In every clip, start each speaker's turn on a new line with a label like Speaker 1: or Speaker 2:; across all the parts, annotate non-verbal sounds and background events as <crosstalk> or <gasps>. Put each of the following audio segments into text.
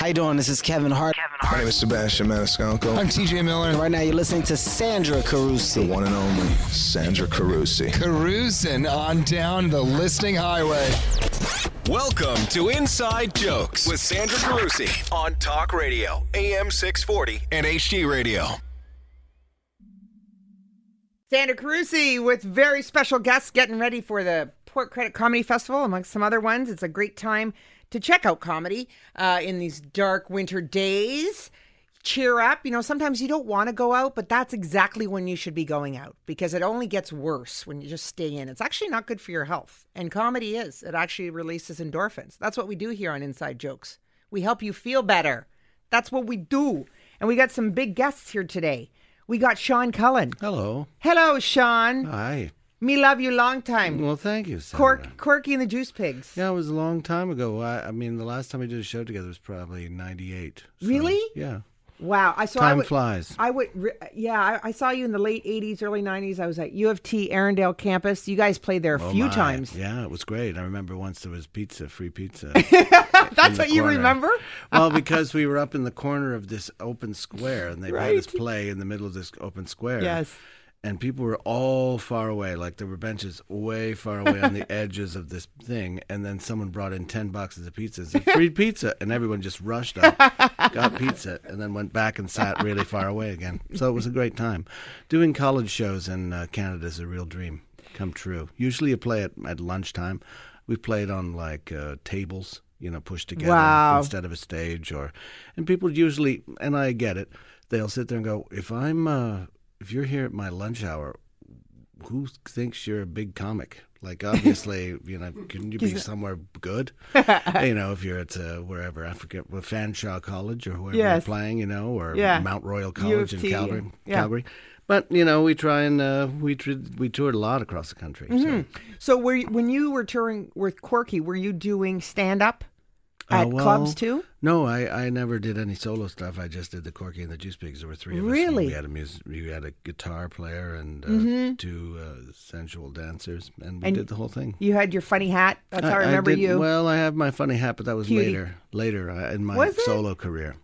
Speaker 1: How you doing? This is Kevin Hart.
Speaker 2: My name is Sebastian Maniscalco.
Speaker 3: I'm TJ Miller.
Speaker 1: Right now, you're listening to Sandra Carusi.
Speaker 2: One and only Sandra Carusi.
Speaker 3: Caruising on down the listening highway.
Speaker 4: Welcome to Inside Jokes with Sandra Carusi on Talk Radio, AM 640, and HD Radio.
Speaker 5: Sandra Carusi with very special guests getting ready for the Port Credit Comedy Festival, amongst some other ones. It's a great time to check out comedy uh, in these dark winter days. Cheer up. You know, sometimes you don't want to go out, but that's exactly when you should be going out because it only gets worse when you just stay in. It's actually not good for your health. And comedy is, it actually releases endorphins. That's what we do here on Inside Jokes. We help you feel better. That's what we do. And we got some big guests here today. We got Sean Cullen.
Speaker 6: Hello.
Speaker 5: Hello, Sean.
Speaker 6: Hi.
Speaker 5: Me love you long time.
Speaker 6: Well, thank you, Sandra.
Speaker 5: Cork, Corky and the Juice Pigs.
Speaker 6: Yeah, it was a long time ago. I, I mean, the last time we did a show together was probably '98. so-
Speaker 5: Really?
Speaker 6: Yeah.
Speaker 5: Wow. I saw. I
Speaker 6: Time
Speaker 5: would,
Speaker 6: flies.
Speaker 5: I would. re- Yeah, I, I saw you in the late '80s, early '90s. I was at U of T Arendelle campus. You guys played there a
Speaker 6: Oh,
Speaker 5: few
Speaker 6: my.
Speaker 5: times.
Speaker 6: Yeah, it was great. I remember once there was pizza, free pizza.
Speaker 5: <laughs> That's what you
Speaker 6: corner.
Speaker 5: remember. <laughs>
Speaker 6: well, because we were up in the corner of this open square, and they had us play in the middle of this open square.
Speaker 5: Yes.
Speaker 6: And people were all far away, like there were benches way far away
Speaker 5: <laughs>
Speaker 6: on the edges of this thing. And then someone brought in ten boxes of pizza and said,
Speaker 5: <laughs>
Speaker 6: "Free pizza!" And everyone just rushed up, got pizza, and then went back and sat really far away again. So it was a great time. Doing college shows in uh, Canada is a real dream come true. Usually you play it at lunchtime. We played on like uh, tables, you know, pushed together
Speaker 5: Wow.
Speaker 6: instead of a stage or and people usually and I get it, they'll sit there and go, "If I'm uh if you're here at my lunch hour, who thinks you're a big comic?" Like obviously, <laughs> you know, can you be somewhere
Speaker 5: <laughs>
Speaker 6: good? you know, if you're at uh, wherever I forget, well, Fanshawe College or whoever
Speaker 5: Yes.
Speaker 6: you're playing, you know, or
Speaker 5: Yeah.
Speaker 6: Mount Royal
Speaker 5: U of
Speaker 6: College in
Speaker 5: T,
Speaker 6: Calgary,
Speaker 5: yeah.
Speaker 6: Calgary. But you know, we try and uh, we tr- we toured a lot across the country. So.
Speaker 5: So, were you, when you were touring with Corky, were you doing stand up
Speaker 6: Uh,
Speaker 5: at
Speaker 6: well,
Speaker 5: clubs too?
Speaker 6: No, I, I never did any solo stuff. I just did the Corky and the Juice Pigs. There were three of us. and
Speaker 5: Really? Mm-hmm.
Speaker 6: We had a mus- we had a guitar player and uh, two uh, sensual dancers, and we
Speaker 5: And
Speaker 6: did the whole thing.
Speaker 5: You had your funny hat. That's how I remember
Speaker 6: did-
Speaker 5: you.
Speaker 6: Well, I have my funny hat, but that was
Speaker 5: Cutie.
Speaker 6: later, later uh, in my
Speaker 5: Was it?
Speaker 6: solo career.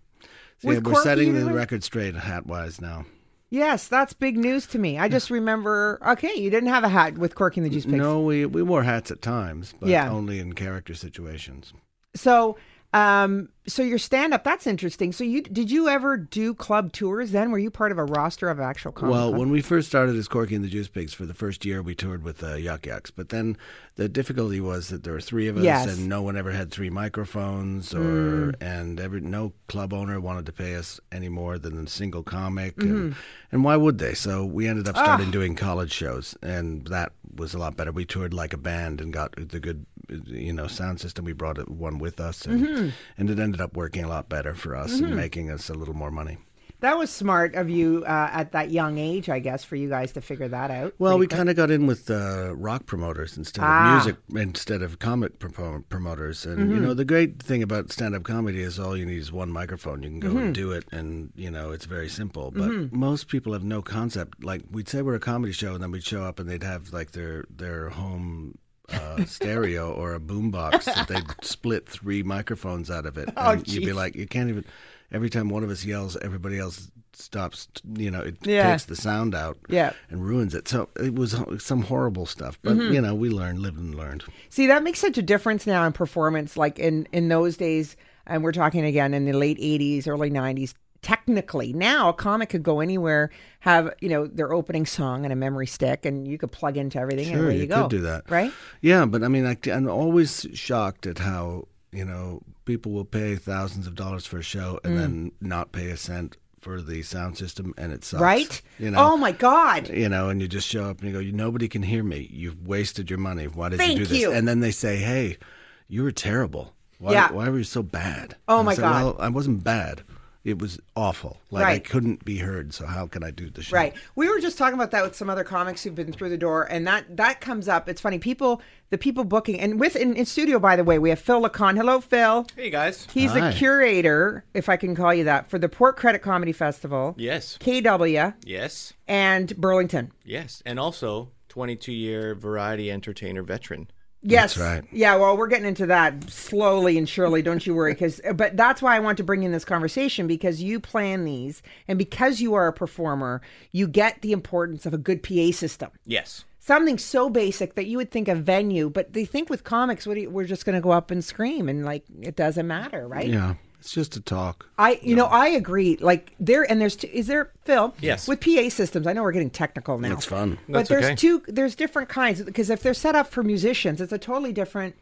Speaker 6: So,
Speaker 5: With
Speaker 6: yeah, we're
Speaker 5: Corky, you
Speaker 6: setting
Speaker 5: did
Speaker 6: the
Speaker 5: it?
Speaker 6: record straight hat wise now.
Speaker 5: yes, that's big news to me. I
Speaker 6: <laughs>
Speaker 5: just remember. Okay, you didn't have a hat with Corky and the Juice Pigs.
Speaker 6: No, we we wore hats at times, but
Speaker 5: Yeah.
Speaker 6: only in character situations.
Speaker 5: So, um, so your stand up, that's interesting. So you did you ever do club tours then? Were you part of a roster of actual comedy
Speaker 6: Well,
Speaker 5: clubs?
Speaker 6: when we first started as Corky and the Juice Pigs for the first year, we toured with uh, Yuck Yucks. But then the difficulty was that there were three of us,
Speaker 5: Yes.
Speaker 6: and no one ever had three microphones, or and every no club owner wanted to pay us any more than a single comic. And, and why would they? So we ended up starting doing college shows, and that was a lot better. We toured like a band and got the good, you know, sound system. We brought it- one with us, and, and it ended up working a lot better for us and making us a little more money.
Speaker 5: that was smart of you uh, at that young age, I guess, for you guys to figure that out.
Speaker 6: Well, we
Speaker 5: pretty
Speaker 6: kind of got in with uh, rock promoters instead
Speaker 5: Ah. Mm-hmm.
Speaker 6: of music, instead of comic propo- promoters. And you know, the great thing about stand-up comedy is all you need is one microphone. You can go
Speaker 5: Mm-hmm.
Speaker 6: and do it, and you know, it's very simple. But most people have no concept. Like we'd say we're a comedy show, and then we'd show up, and they'd have like their their home.
Speaker 5: <laughs>
Speaker 6: Uh, stereo or a boombox that they'd split three microphones out of it, and you'd be
Speaker 5: Oh, jeez.
Speaker 6: like, you can't even. Every time one of us yells, everybody else stops. You know, it
Speaker 5: Yeah.
Speaker 6: takes the sound out
Speaker 5: Yeah. Mm-hmm.
Speaker 6: and ruins it. So it was some horrible stuff, but you know, we learned, lived and learned.
Speaker 5: See, that makes such a difference now in performance. Like in in those days, and we're talking again in the late '80s, early '90s. Technically, now a comic could go anywhere, have you know their opening song and a memory stick, and you could plug into everything, and
Speaker 6: Sure,
Speaker 5: away
Speaker 6: you
Speaker 5: you, go.
Speaker 6: could do that.
Speaker 5: right?
Speaker 6: Yeah, but I mean, I, I'm always shocked at how you know people will pay thousands of dollars for a show
Speaker 5: Mm.
Speaker 6: and then not pay a cent for the sound system, and it sucks.
Speaker 5: Right?
Speaker 6: You know.
Speaker 5: oh my God!
Speaker 6: you know, and you just show up and you go, nobody can hear me. You've wasted your money. Why did
Speaker 5: Thank
Speaker 6: you do this?
Speaker 5: you.
Speaker 6: And then they say, hey, you were terrible. Why,
Speaker 5: Yeah.
Speaker 6: why were you so bad?
Speaker 5: Oh,
Speaker 6: And I
Speaker 5: my
Speaker 6: said,
Speaker 5: God.
Speaker 6: Well, I wasn't bad. It was awful. Like I
Speaker 5: Right.
Speaker 6: couldn't be heard. So how can I do the show?
Speaker 5: Right. We were just talking about that with some other comics who've been through the door, and that that comes up. It's funny people, the people booking, and with in, in studio by the way, we have Phil Lacon. Hello, Phil.
Speaker 7: Hey guys.
Speaker 5: He's
Speaker 6: Hi.
Speaker 5: the curator, if I can call you that, for the Port Credit Comedy Festival,
Speaker 7: Yes.
Speaker 5: KW,
Speaker 7: Yes.
Speaker 5: and Burlington.
Speaker 7: Yes. And also 22 year variety entertainer veteran.
Speaker 5: Yes.
Speaker 6: That's right.
Speaker 5: Yeah, well, we're getting into that slowly and surely, don't you worry cuz <laughs> but that's why I want to bring in this conversation because you plan these and because you are a performer, you get the importance of a good PA system.
Speaker 7: Yes.
Speaker 5: Something so basic that you would think a venue, but they think with comics what do you, we're just going to go up and scream and like it doesn't matter, right?
Speaker 6: Yeah, it's just a talk.
Speaker 5: I you know I agree like there and there's two, is there Phil
Speaker 7: Yes.
Speaker 5: with PA systems I know we're getting technical now
Speaker 6: It's fun.
Speaker 5: but
Speaker 7: That's
Speaker 5: there's
Speaker 7: okay.
Speaker 5: two there's different kinds because if they're set up for musicians it's a totally different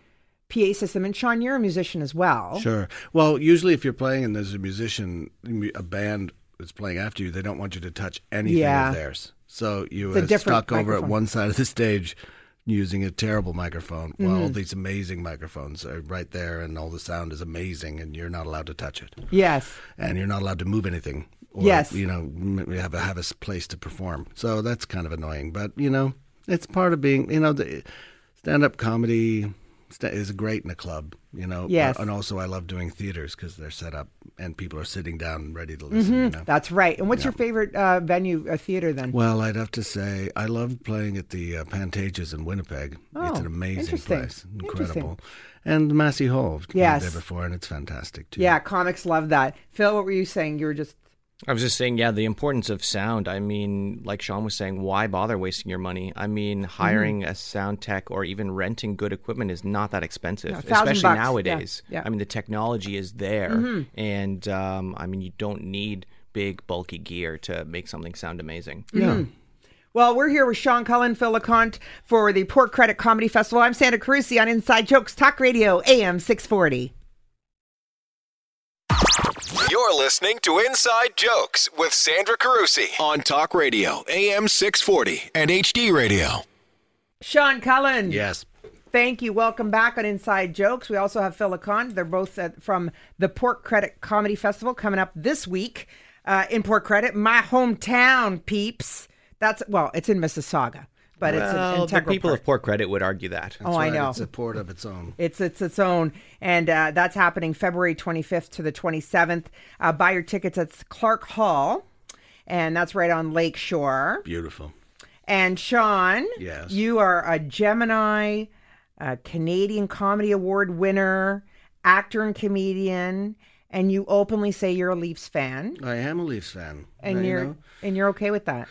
Speaker 5: PA system and Sean you're a musician as well
Speaker 6: Sure. Well, usually if you're playing and there's a musician, a band that's playing after you, they don't want you to touch anything
Speaker 5: Yeah.
Speaker 6: of theirs. So you
Speaker 5: It's a
Speaker 6: are
Speaker 5: different
Speaker 6: stuck over at
Speaker 5: microphone.
Speaker 6: one side of the stage using a terrible microphone
Speaker 5: Mm-hmm.
Speaker 6: while all these amazing microphones are right there and all the sound is amazing and you're not allowed to touch it
Speaker 5: yes
Speaker 6: and you're not allowed to move anything or
Speaker 5: Yes.
Speaker 6: you know m- have a, have a s- place to perform so that's kind of annoying but you know it's part of being you know the stand-up comedy st- is great in a club you know
Speaker 5: Yes.
Speaker 6: and also i love doing theaters because they're set up and people are sitting down and ready to listen you know
Speaker 5: Mm-hmm. that's right and what's your favorite uh, venue uh, theater then
Speaker 6: well, I'd have to say I loved playing at the uh, Pantages in Winnipeg. it's
Speaker 5: Oh,
Speaker 6: an amazing
Speaker 5: interesting.
Speaker 6: place,
Speaker 5: Interesting.
Speaker 6: incredible. And Massey Hall, I've played
Speaker 5: Yes.
Speaker 6: there before, and it's fantastic too.
Speaker 5: yeah comics love that Phil what were you saying you were just
Speaker 7: I was just saying, yeah, the importance of sound. I mean, like Sean was saying, why bother wasting your money? I
Speaker 5: Mm-hmm.
Speaker 7: mean, hiring a sound tech or even renting good equipment is not that expensive,
Speaker 5: No, a thousand
Speaker 7: especially
Speaker 5: bucks. Yeah,
Speaker 7: nowadays.
Speaker 5: yeah. Mm-hmm.
Speaker 7: I mean, the technology is there, and um, I mean, you don't need big bulky gear to make something sound amazing.
Speaker 5: Mm-hmm. well, we're here with Sean Cullen, Phil LeConte for the Port Credit Comedy Festival. I'm Santa Carusi on Inside Jokes, Talk Radio, AM 640.
Speaker 4: You're listening to Inside Jokes with Sandra Carusi on Talk Radio, AM 640, and HD Radio.
Speaker 5: Sean Cullen.
Speaker 6: Yes.
Speaker 5: Thank you. Welcome back on Inside Jokes. We also have Phil Lacon. They're both uh, from the Port Credit Comedy Festival coming up this week uh, in Port Credit, my hometown, peeps. That's well, it's in Mississauga, but it's an
Speaker 7: Well, the
Speaker 5: integral
Speaker 7: people
Speaker 5: part.
Speaker 7: of Port Credit would argue that.
Speaker 5: Oh, I
Speaker 6: Right,
Speaker 5: know.
Speaker 6: It's a port of its own.
Speaker 5: It's it's its own, and uh, that's happening February 25th to the 27th. Uh, buy your tickets at Clark Hall, and that's right on Lake Shore.
Speaker 6: Beautiful.
Speaker 5: And Sean,
Speaker 6: Yes.
Speaker 5: you are a Gemini, a Canadian Comedy Award winner, actor and comedian, and you openly say you're a Leafs fan,
Speaker 6: I am a Leafs fan.
Speaker 5: and
Speaker 6: you
Speaker 5: you're
Speaker 6: know.
Speaker 5: and you're okay with that.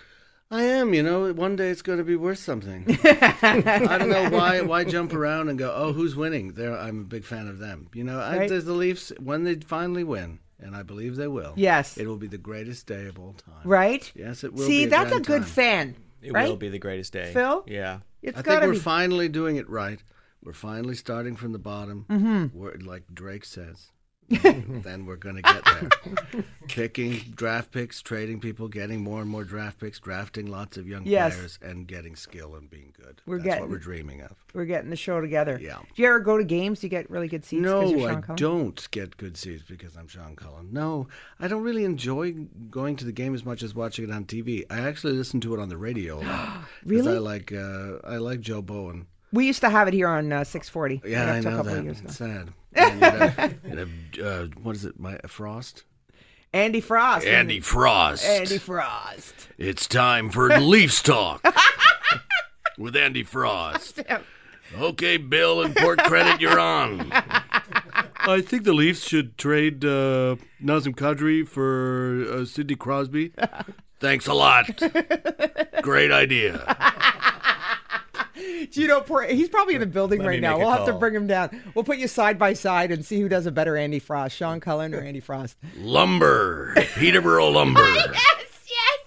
Speaker 6: I am, you know. One day it's going to be
Speaker 5: <laughs>
Speaker 6: worth something. I don't know why. Why jump around and go? Oh, who's winning? There, I'm a big fan of them. You know, I,
Speaker 5: Right.
Speaker 6: there's the Leafs when they finally win, and I believe they will.
Speaker 5: Yes.
Speaker 6: it will be the greatest day of all time.
Speaker 5: Right?
Speaker 6: Yes, it will
Speaker 5: See,
Speaker 6: be a
Speaker 5: that's a
Speaker 6: grand
Speaker 5: good
Speaker 6: time.
Speaker 5: fan,
Speaker 7: It
Speaker 5: right?
Speaker 7: will be the greatest day.
Speaker 5: Phil?
Speaker 7: Yeah.
Speaker 5: It's
Speaker 6: I think
Speaker 5: gotta
Speaker 6: we're
Speaker 5: be.
Speaker 6: finally doing it right. We're finally starting from the bottom. Mm-hmm. We're, like Drake says, <laughs> then we're going to get
Speaker 5: <laughs>
Speaker 6: there. Picking draft picks, trading people, getting more and more draft picks, drafting lots of young
Speaker 5: Yes.
Speaker 6: players, and getting skill and being good.
Speaker 5: We're
Speaker 6: That's
Speaker 5: getting-
Speaker 6: what we're dreaming of.
Speaker 5: We're getting the show together.
Speaker 6: Yeah.
Speaker 5: Do you ever go to games? Do you get really good seats? 'cause
Speaker 6: No,
Speaker 5: you're
Speaker 6: I
Speaker 5: Sean Cullen?
Speaker 6: don't get good seats because I'm Sean Cullen. No, I don't really enjoy going to the game as much as watching it on TV. I actually listen to it on the radio a lot.
Speaker 5: <gasps>
Speaker 6: 'cause
Speaker 5: Really?
Speaker 6: I like uh, I like Joe Bowen.
Speaker 5: We used to have it here on uh, 640.
Speaker 6: Yeah,
Speaker 5: up
Speaker 6: I
Speaker 5: to a
Speaker 6: know
Speaker 5: couple of
Speaker 6: that.
Speaker 5: years ago.
Speaker 6: It's sad.
Speaker 5: <laughs>
Speaker 6: And, uh, and, uh, uh, what is it? My Frost.
Speaker 5: Andy Frost. and-
Speaker 6: Frost.
Speaker 5: Andy Frost.
Speaker 6: It's time for Leafs <laughs> talk with
Speaker 5: <laughs>
Speaker 6: Andy Frost. Okay, Bill and Port Credit, you're on. I think the Leafs should trade uh, Nazem Kadri for uh, Sidney Crosby. Thanks a lot. Great idea.
Speaker 5: Do you know, poor, he's probably in the building right
Speaker 7: me
Speaker 5: now.
Speaker 7: make a
Speaker 5: We'll have to
Speaker 7: call.
Speaker 5: bring him down. We'll put you side by side and see who does a better Andy Frost, Sean Cullen or Andy Frost.
Speaker 6: Lumber, Peterborough
Speaker 5: <laughs>
Speaker 6: Lumber,
Speaker 5: yes,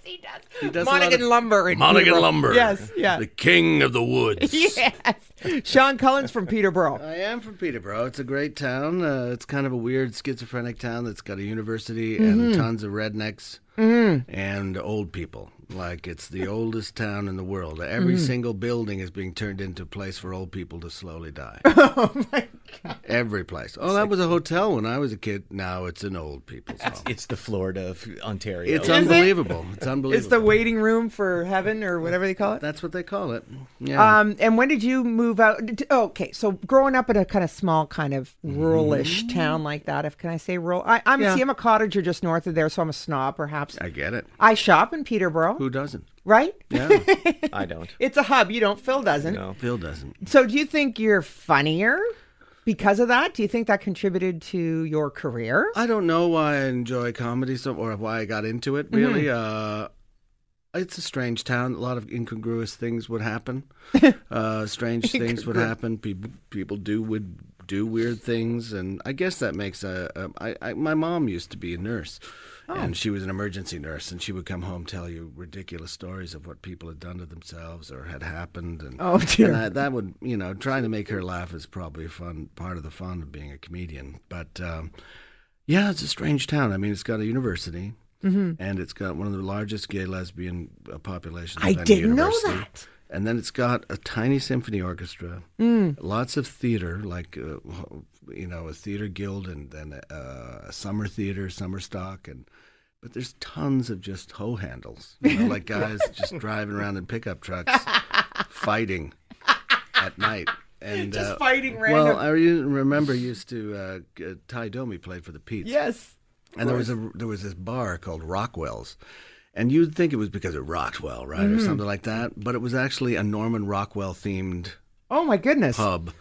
Speaker 5: he does.
Speaker 6: does a lot
Speaker 5: Monaghan
Speaker 6: of-
Speaker 5: Lumber. in Peterborough. Yes, yeah.
Speaker 6: king of the woods.
Speaker 5: <laughs> Yes. Sean Cullen's from Peterborough.
Speaker 6: I am from Peterborough. It's a great town. Uh, it's kind of a weird schizophrenic town that's got a university
Speaker 5: Mm-hmm.
Speaker 6: and tons of rednecks and old people. Like
Speaker 5: <laughs>
Speaker 6: it's the oldest town in the world. Every
Speaker 5: Mm-hmm.
Speaker 6: single building is being turned into a place for old people to slowly die.
Speaker 5: <laughs> Oh my God.
Speaker 6: Every place. Oh, that was a hotel when I was a kid. Now it's an old people's home.
Speaker 7: It's the Florida of Ontario.
Speaker 6: It's unbelievable. It's unbelievable.
Speaker 5: It's the waiting room for heaven or whatever they call it.
Speaker 6: That's what they call it. Yeah.
Speaker 5: Um, and when did you move out? d- d- oh, okay, so growing up in a kind of small, kind of ruralish
Speaker 6: Mm.
Speaker 5: town like that, if can I say rural? I, I'm see, I'm a cottager just north of there, so I'm a snob, perhaps.
Speaker 6: I get it.
Speaker 5: I shop in Peterborough. <laughs>
Speaker 6: Who doesn't?
Speaker 5: right?
Speaker 7: I don't.
Speaker 5: It's a hub. You don't. Phil doesn't.
Speaker 7: No.
Speaker 6: Phil doesn't.
Speaker 5: So do you think you're funnier because of that? Do you think that contributed to your career?
Speaker 6: I don't know why I enjoy comedy so, or why I got into it. Really,
Speaker 5: Mm-hmm.
Speaker 6: uh, it's a strange town. A lot of incongruous things
Speaker 5: <laughs>
Speaker 6: would happen. uh, strange things would happen. People people do would do weird things, and I guess that makes a. a I, I, my mom used to be a nurse,
Speaker 5: Oh.
Speaker 6: and she was an emergency nurse, and she would come home tell you ridiculous stories of what people had done to themselves or had happened, and
Speaker 5: Oh, dear.
Speaker 6: and I- that would you know trying to make her laugh is probably a fun part of the fun of being a comedian, but. Um, yeah, it's a strange town. I mean, it's got a university,
Speaker 5: Mm-hmm.
Speaker 6: and it's got one of the largest gay lesbian uh, populations.
Speaker 5: I
Speaker 6: of any
Speaker 5: didn't know
Speaker 6: university.
Speaker 5: that.
Speaker 6: And then it's got a tiny symphony orchestra,
Speaker 5: Mm.
Speaker 6: lots of theater, like uh, you know, a theater guild, and then uh, a summer theater, summer stock, and but there's tons of just hoe handles, you know,
Speaker 5: <laughs>
Speaker 6: like guys just driving around in pickup trucks, fighting at night. And,
Speaker 5: Just
Speaker 6: uh,
Speaker 5: fighting
Speaker 6: Well,
Speaker 5: random-
Speaker 6: I re- remember used to uh, g- Ty Domi played for the Pete's.
Speaker 5: Yes.
Speaker 6: And there was a there was this bar called Rockwell's, and you'd think it was because it rocked well, right,
Speaker 5: Mm-hmm.
Speaker 6: or something like that. But it was actually a Norman Rockwell themed
Speaker 5: Oh my goodness.
Speaker 6: pub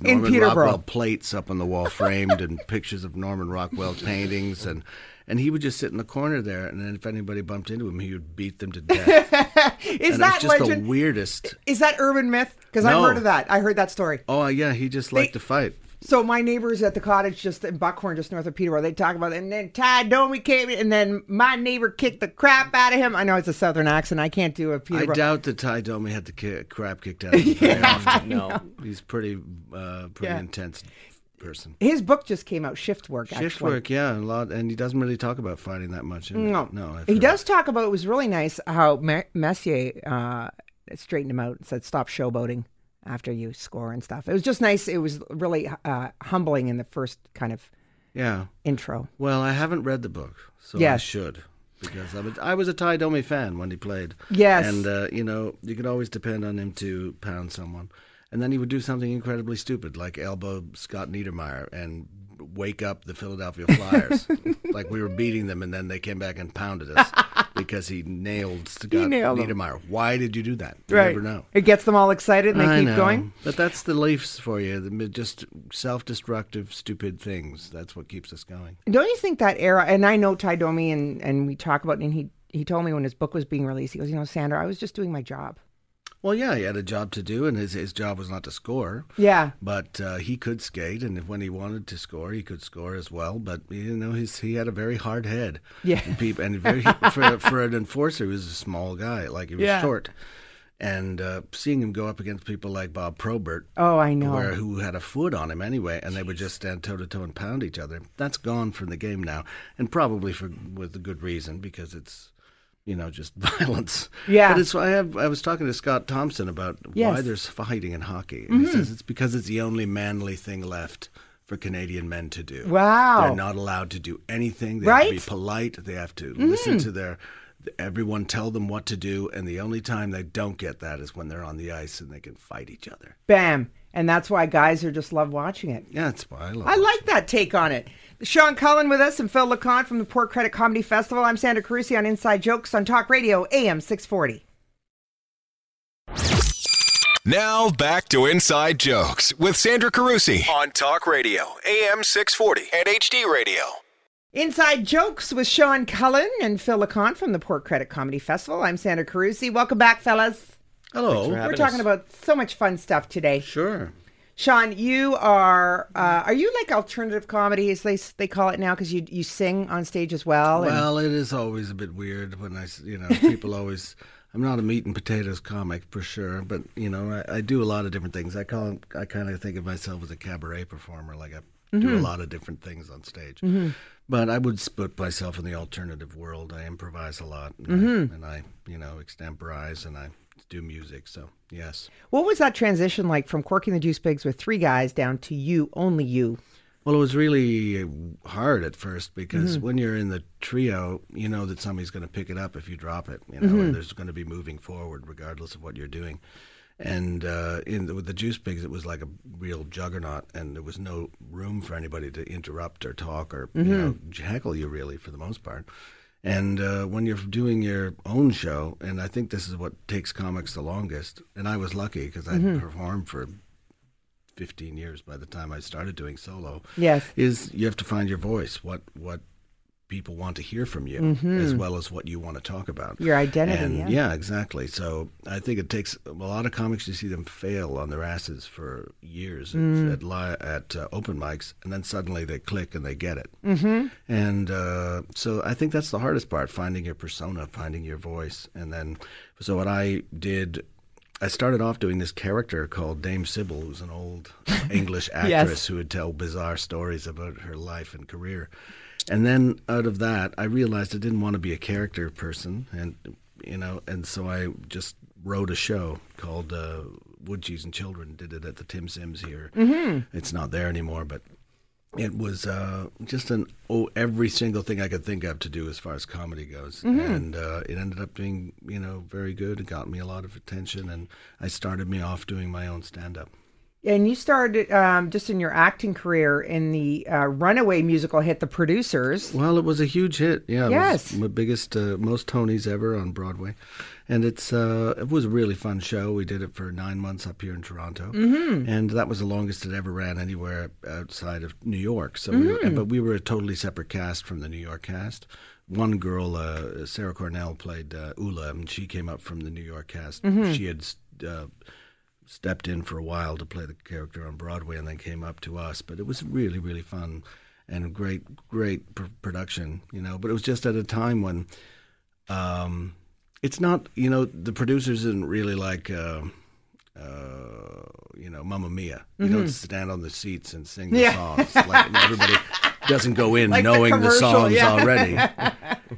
Speaker 5: <laughs> In
Speaker 6: Norman
Speaker 5: Peterborough.
Speaker 6: Rockwell plates up on the wall, framed, and pictures of Norman Rockwell paintings, and and he would just sit in the corner there, and then if anybody bumped into him, he would beat them to death.
Speaker 5: <laughs> Is
Speaker 6: and it was
Speaker 5: that
Speaker 6: just
Speaker 5: legend?
Speaker 6: the weirdest.
Speaker 5: Is that urban myth? Because
Speaker 6: No.
Speaker 5: I heard of that. I heard that story.
Speaker 6: Oh yeah, he just liked
Speaker 5: They-
Speaker 6: to fight.
Speaker 5: So my neighbors at the cottage just in Buckhorn, just north of Peterborough, they talk about it. And then Ty Domi came in, and then my neighbor kicked the crap out of him. I know it's a southern accent. I can't do a
Speaker 6: I
Speaker 5: Peterborough.
Speaker 6: doubt that Ty Domi had the ki- crap kicked out of
Speaker 5: <laughs>
Speaker 6: him. very often.
Speaker 7: No.
Speaker 6: He's pretty uh, pretty
Speaker 5: Yeah.
Speaker 6: intense person.
Speaker 5: His book just came out, Shift Work. Actually.
Speaker 6: Shift work, yeah, a lot, and he doesn't really talk about fighting that much. in it.
Speaker 5: No,
Speaker 6: no, I've
Speaker 5: Mm-hmm. He
Speaker 6: heard.
Speaker 5: does talk about it was really nice how Ma- Messier uh, straightened him out and said, "Stop showboating after you score and stuff." It was just nice. It was really uh, humbling in the first kind of
Speaker 6: Yeah,
Speaker 5: intro.
Speaker 6: well, I haven't read the book, so I
Speaker 5: Yes.
Speaker 6: should because I'm a, I was a Ty Domi fan when he played.
Speaker 5: Yes.
Speaker 6: and uh, you know you could always depend on him to pound someone, and then he would do something incredibly stupid like elbow Scott Niedermayer and wake up
Speaker 5: <laughs>
Speaker 6: the Philadelphia Flyers like we were beating them, and then they came back and pounded
Speaker 5: <laughs>
Speaker 6: us because he nailed Scott
Speaker 5: nailed 'em.
Speaker 6: Niedermayer. Why did you do that? You never know.
Speaker 5: It gets them all excited and they
Speaker 6: I
Speaker 5: keep
Speaker 6: know.
Speaker 5: going.
Speaker 6: But that's the Leafs for you. The, mid- just self-destructive, stupid things. That's what keeps us going.
Speaker 5: Don't you think that era? And I know Ty Domi, and and we talk about, it and he he told me when his book was being released, he goes, "You know, Sandra, I was just doing my job."
Speaker 6: Well, yeah, he had a job to do, and his his job was not to score,
Speaker 5: Yeah.
Speaker 6: but uh, he could skate, and if, when he wanted to score, he could score as well. But you know, his he had a very hard head.
Speaker 5: Yeah.
Speaker 6: and, peop- and very <laughs> for for an enforcer, he was a small guy, like he was
Speaker 5: Yeah.
Speaker 6: short. And uh, seeing him go up against people like Bob Probert,
Speaker 5: Oh, I know.
Speaker 6: where who had a foot on him anyway, and they would just stand toe to toe and pound each other. That's gone from the game now, and probably for with a good reason because it's you know just <laughs> violence.
Speaker 5: Yeah.
Speaker 6: but it's I have I was talking to Scott Thompson about why
Speaker 5: Yes. Mm-hmm.
Speaker 6: there's fighting in hockey, and he says it's because it's the only manly thing left. For Canadian men to do,
Speaker 5: Wow.
Speaker 6: they're not allowed to do anything. They have to be
Speaker 5: Right? Mm.
Speaker 6: polite. They have to listen to their everyone tell them what to do, and the only time they don't get that is when they're on the ice and they can fight each other.
Speaker 5: Bam. And that's why guys are just love watching it.
Speaker 6: Yeah, it's why I love.
Speaker 5: I
Speaker 6: it.
Speaker 5: like that take on it. Sean Cullen with us and Phil LeConte from the Port Credit Comedy Festival. I'm Sandra Carusi on Inside Jokes on Talk Radio AM 640.
Speaker 4: Now back to Inside Jokes with Sandra Carusi on Talk Radio, AM 640 and HD Radio.
Speaker 5: Inside Jokes with Sean Cullen and Phil LeConte from the Port Credit Comedy Festival. I'm Sandra Carusi. Welcome back, fellas.
Speaker 6: Hello.
Speaker 7: for
Speaker 5: We're
Speaker 7: Happiness.
Speaker 5: talking about so much fun stuff today.
Speaker 6: Sure.
Speaker 5: Sean, you are uh, are you like alternative comedy as they they call it now because you you sing on stage as well? and-
Speaker 6: Well, it is always a bit weird when I, s- you
Speaker 5: <laughs>
Speaker 6: know, people always. I'm not a meat and potatoes comic for sure, but you know, I, I do a lot of different things. I call, I kind of think of myself as a cabaret performer. Like I
Speaker 5: Mm-hmm.
Speaker 6: do a lot of different things on stage, but I would put myself in the alternative world. I improvise a lot, and, I,
Speaker 5: Mm-hmm.
Speaker 6: and I, you know, extemporize and I do music. So yes.
Speaker 5: what was that transition like from Corking the Juice Pigs with three guys down to you, only you?
Speaker 6: Well, it was really hard at first because when you're in the trio, you know that somebody's going to pick it up if you drop it. You know, and there's going to be moving forward regardless of what you're doing. And uh, in the, with the Juice Pigs, it was like a real juggernaut, and there was no room for anybody to interrupt or talk or you know heckle you really for the most part. And uh, when you're doing your own show, and I think this is what takes comics the longest, and I was lucky because I performed for 15 years by the time I started doing solo.
Speaker 5: Yes.
Speaker 6: Is you have to find your voice, what what people want to hear from you as well as what you want to talk about.
Speaker 5: Mm-hmm. Your identity,
Speaker 6: And,
Speaker 5: yeah.
Speaker 6: exactly. So I think it takes a lot of comics you see them fail on their asses for years
Speaker 5: Mm.
Speaker 6: at, at, li- at uh, open mics and then suddenly they click and they get it. Mm-hmm. And uh, so I think that's the hardest part finding your persona, finding your voice. And then, so what I did I started off doing this character called Dame Sybil, who's an old English actress who would tell bizarre stories about her life and career. And then out of that, I realized I didn't want to be a character person, and you know, and so I just wrote a show called uh, Woodchies and Children. Did it at the Tim Sims here. Mm-hmm. It's not there anymore, but it was uh, just an oh every single thing I could think of to do as far as comedy goes, and uh, it ended up being you know very good. It got me a lot of attention, and I started me off doing my own stand up.
Speaker 5: And you started um, just in your acting career in the uh, Runaway musical hit, The Producers.
Speaker 6: Well, it was a huge hit. Yeah, it
Speaker 5: Yes.
Speaker 6: was my biggest, uh, most Tonys ever on Broadway, and it's uh, it was a really fun show. We did it for nine months up here in Toronto, mm-hmm. and that was the longest it ever ran anywhere outside of New York. So, we were, but we were a totally separate cast from the New York cast. One girl, uh, Sarah Cornell, played uh, Ula, and she came up from the New York cast. She had. Uh, stepped in for a while to play the character on Broadway and then came up to us. But it was really, really fun and great, great pr- production, you know. But it was just at a time when um, it's not, you know, the producers isn't really like, uh, uh, you know, Mamma Mia. You don't stand on the seats and sing the
Speaker 5: Mm-hmm. Yeah.
Speaker 6: songs. Like everybody doesn't go
Speaker 5: <laughs>
Speaker 6: in
Speaker 5: Like the
Speaker 6: knowing the,
Speaker 5: commercial,
Speaker 6: songs
Speaker 5: yeah.
Speaker 6: already.
Speaker 5: <laughs>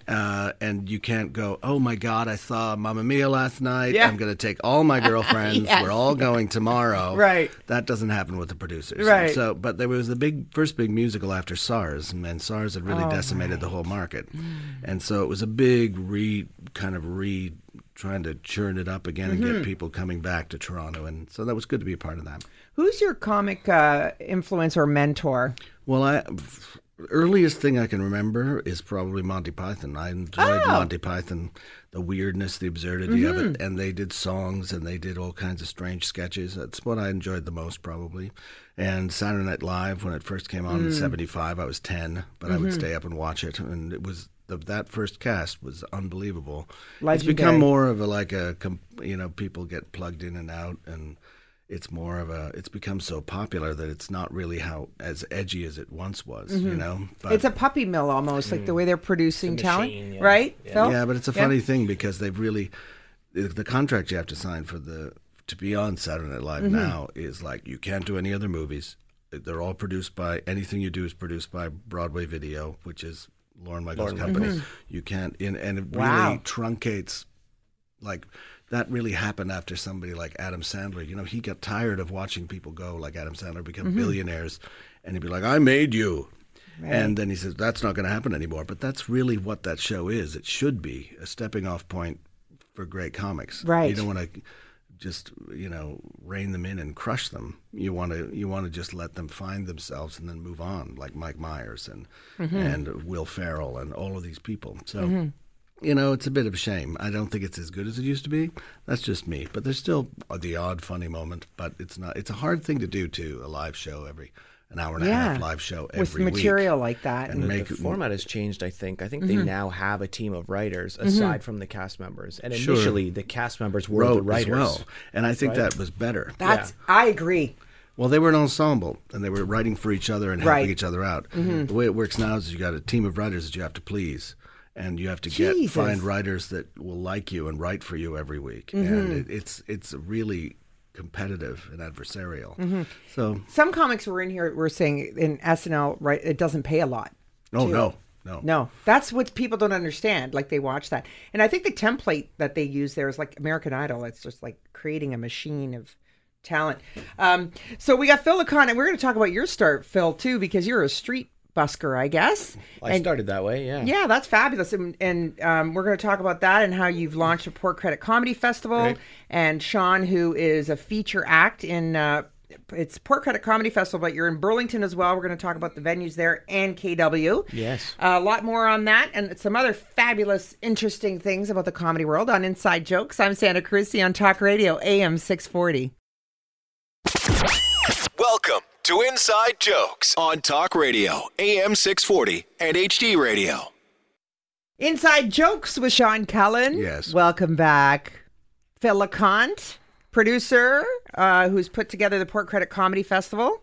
Speaker 6: Uh, and you can't go, oh my God, I saw Mamma Mia last night.
Speaker 5: Yeah.
Speaker 6: I'm going to take
Speaker 5: <laughs>
Speaker 6: all my girlfriends.
Speaker 5: Yes.
Speaker 6: We're all going tomorrow.
Speaker 5: Right.
Speaker 6: That doesn't happen with the producers.
Speaker 5: Right.
Speaker 6: So, but there was the big first big musical after SARS, and SARS had
Speaker 5: Oh,
Speaker 6: really decimated the whole market,
Speaker 5: Hmm.
Speaker 6: and so it was a big re kind of re trying to churn it up again and
Speaker 5: Mm-hmm.
Speaker 6: get people coming back to Toronto, and so that was good to be a part of that.
Speaker 5: Who's your comic uh, influence or mentor?
Speaker 6: Well, I f- earliest thing I can remember is probably Monty Python. I enjoyed Monty Python, the weirdness, the absurdity of it, and they did songs and they did all kinds of strange sketches. That's what I enjoyed the most, probably. And Saturday Night Live, when it first came on in '75, I was ten, but I would stay up and watch it, and it was. The, that first cast was unbelievable. It's
Speaker 5: Legendary.
Speaker 6: become more of a like a com- you know people get plugged in and out and it's more of a it's become so popular that it's not really how as edgy as it once was you know but
Speaker 5: It's a puppy mill almost,
Speaker 6: mm,
Speaker 5: like the way they're producing talent, right, Phil?
Speaker 6: yeah but it's a funny thing because they've really the, the contract you have to sign for the to be on saturday night live now is like you can't do any other movies they're all produced by anything you do is produced by broadway video which is lauren michaels company you can't in and it
Speaker 5: Wow.
Speaker 6: really truncates like that really happened after somebody like Adam Sandler. You know, he got tired of watching people go like Adam Sandler become billionaires, and he'd be like, "I made you," and then he says, "That's not going to happen anymore." But that's really what that show is. It should be a stepping off point for great comics.
Speaker 5: Right.
Speaker 6: You don't want to just you know rein them in and crush them. You want to you want to just let them find themselves and then move on, like Mike Myers and
Speaker 5: Mm-hmm.
Speaker 6: and Will Ferrell and all of these people. So
Speaker 5: Mm-hmm.
Speaker 6: you know, it's a bit of a shame. I don't think it's as good as it used to be. That's just me. But there's still the odd funny moment. But it's not. It's a hard thing to do to a live show every an hour and a half
Speaker 5: Yeah.
Speaker 6: live show every
Speaker 5: With
Speaker 6: week.
Speaker 5: material like that.
Speaker 6: and make
Speaker 7: the format has changed. I think. I think they now have a team of writers aside from the cast members. And initially, the cast members were the
Speaker 6: wrote as
Speaker 7: writers.
Speaker 6: well. And I think that was better.
Speaker 5: That's I agree.
Speaker 6: Well, they were an ensemble, and they were writing for each other and helping
Speaker 5: Right.
Speaker 6: each other out. The way it works now is you got a team of writers that you have to please, and you have to get
Speaker 5: Jesus.
Speaker 6: find writers that will like you and write for you every week. And it, it's it's really competitive and adversarial. So,
Speaker 5: Some comics were in here were saying in SNL, right? It doesn't pay a lot.
Speaker 6: oh
Speaker 5: too.
Speaker 6: no, no,
Speaker 5: No, that's what people don't understand. Like they watch that, and I think the template that they use there is like American Idol. It's just like creating a machine of talent. Um, so we got Phil Lacon, and we're going to talk about your start, Phil, too, because you're a street busker, I guess.
Speaker 7: I started that way. Yeah.
Speaker 5: Yeah, that's fabulous, and, and um, we're going to talk about that and how you've launched a Port Credit Comedy Festival, and Sean, who is a feature act in uh, It's Port Credit Comedy Festival, but you're in Burlington as well. We're going to talk about the venues there and KW.
Speaker 7: Yes.
Speaker 5: A lot more on that and some other fabulous, interesting things about the comedy world on Inside Jokes. I'm Santa Carusi on Talk Radio, AM 640.
Speaker 4: Welcome to Inside Jokes on Talk Radio, AM 640, and HD Radio.
Speaker 5: Inside Jokes with Sean Cullen.
Speaker 6: Yes.
Speaker 5: Welcome back. Phil LeConte, producer, uh, who's put together the Port Credit Comedy Festival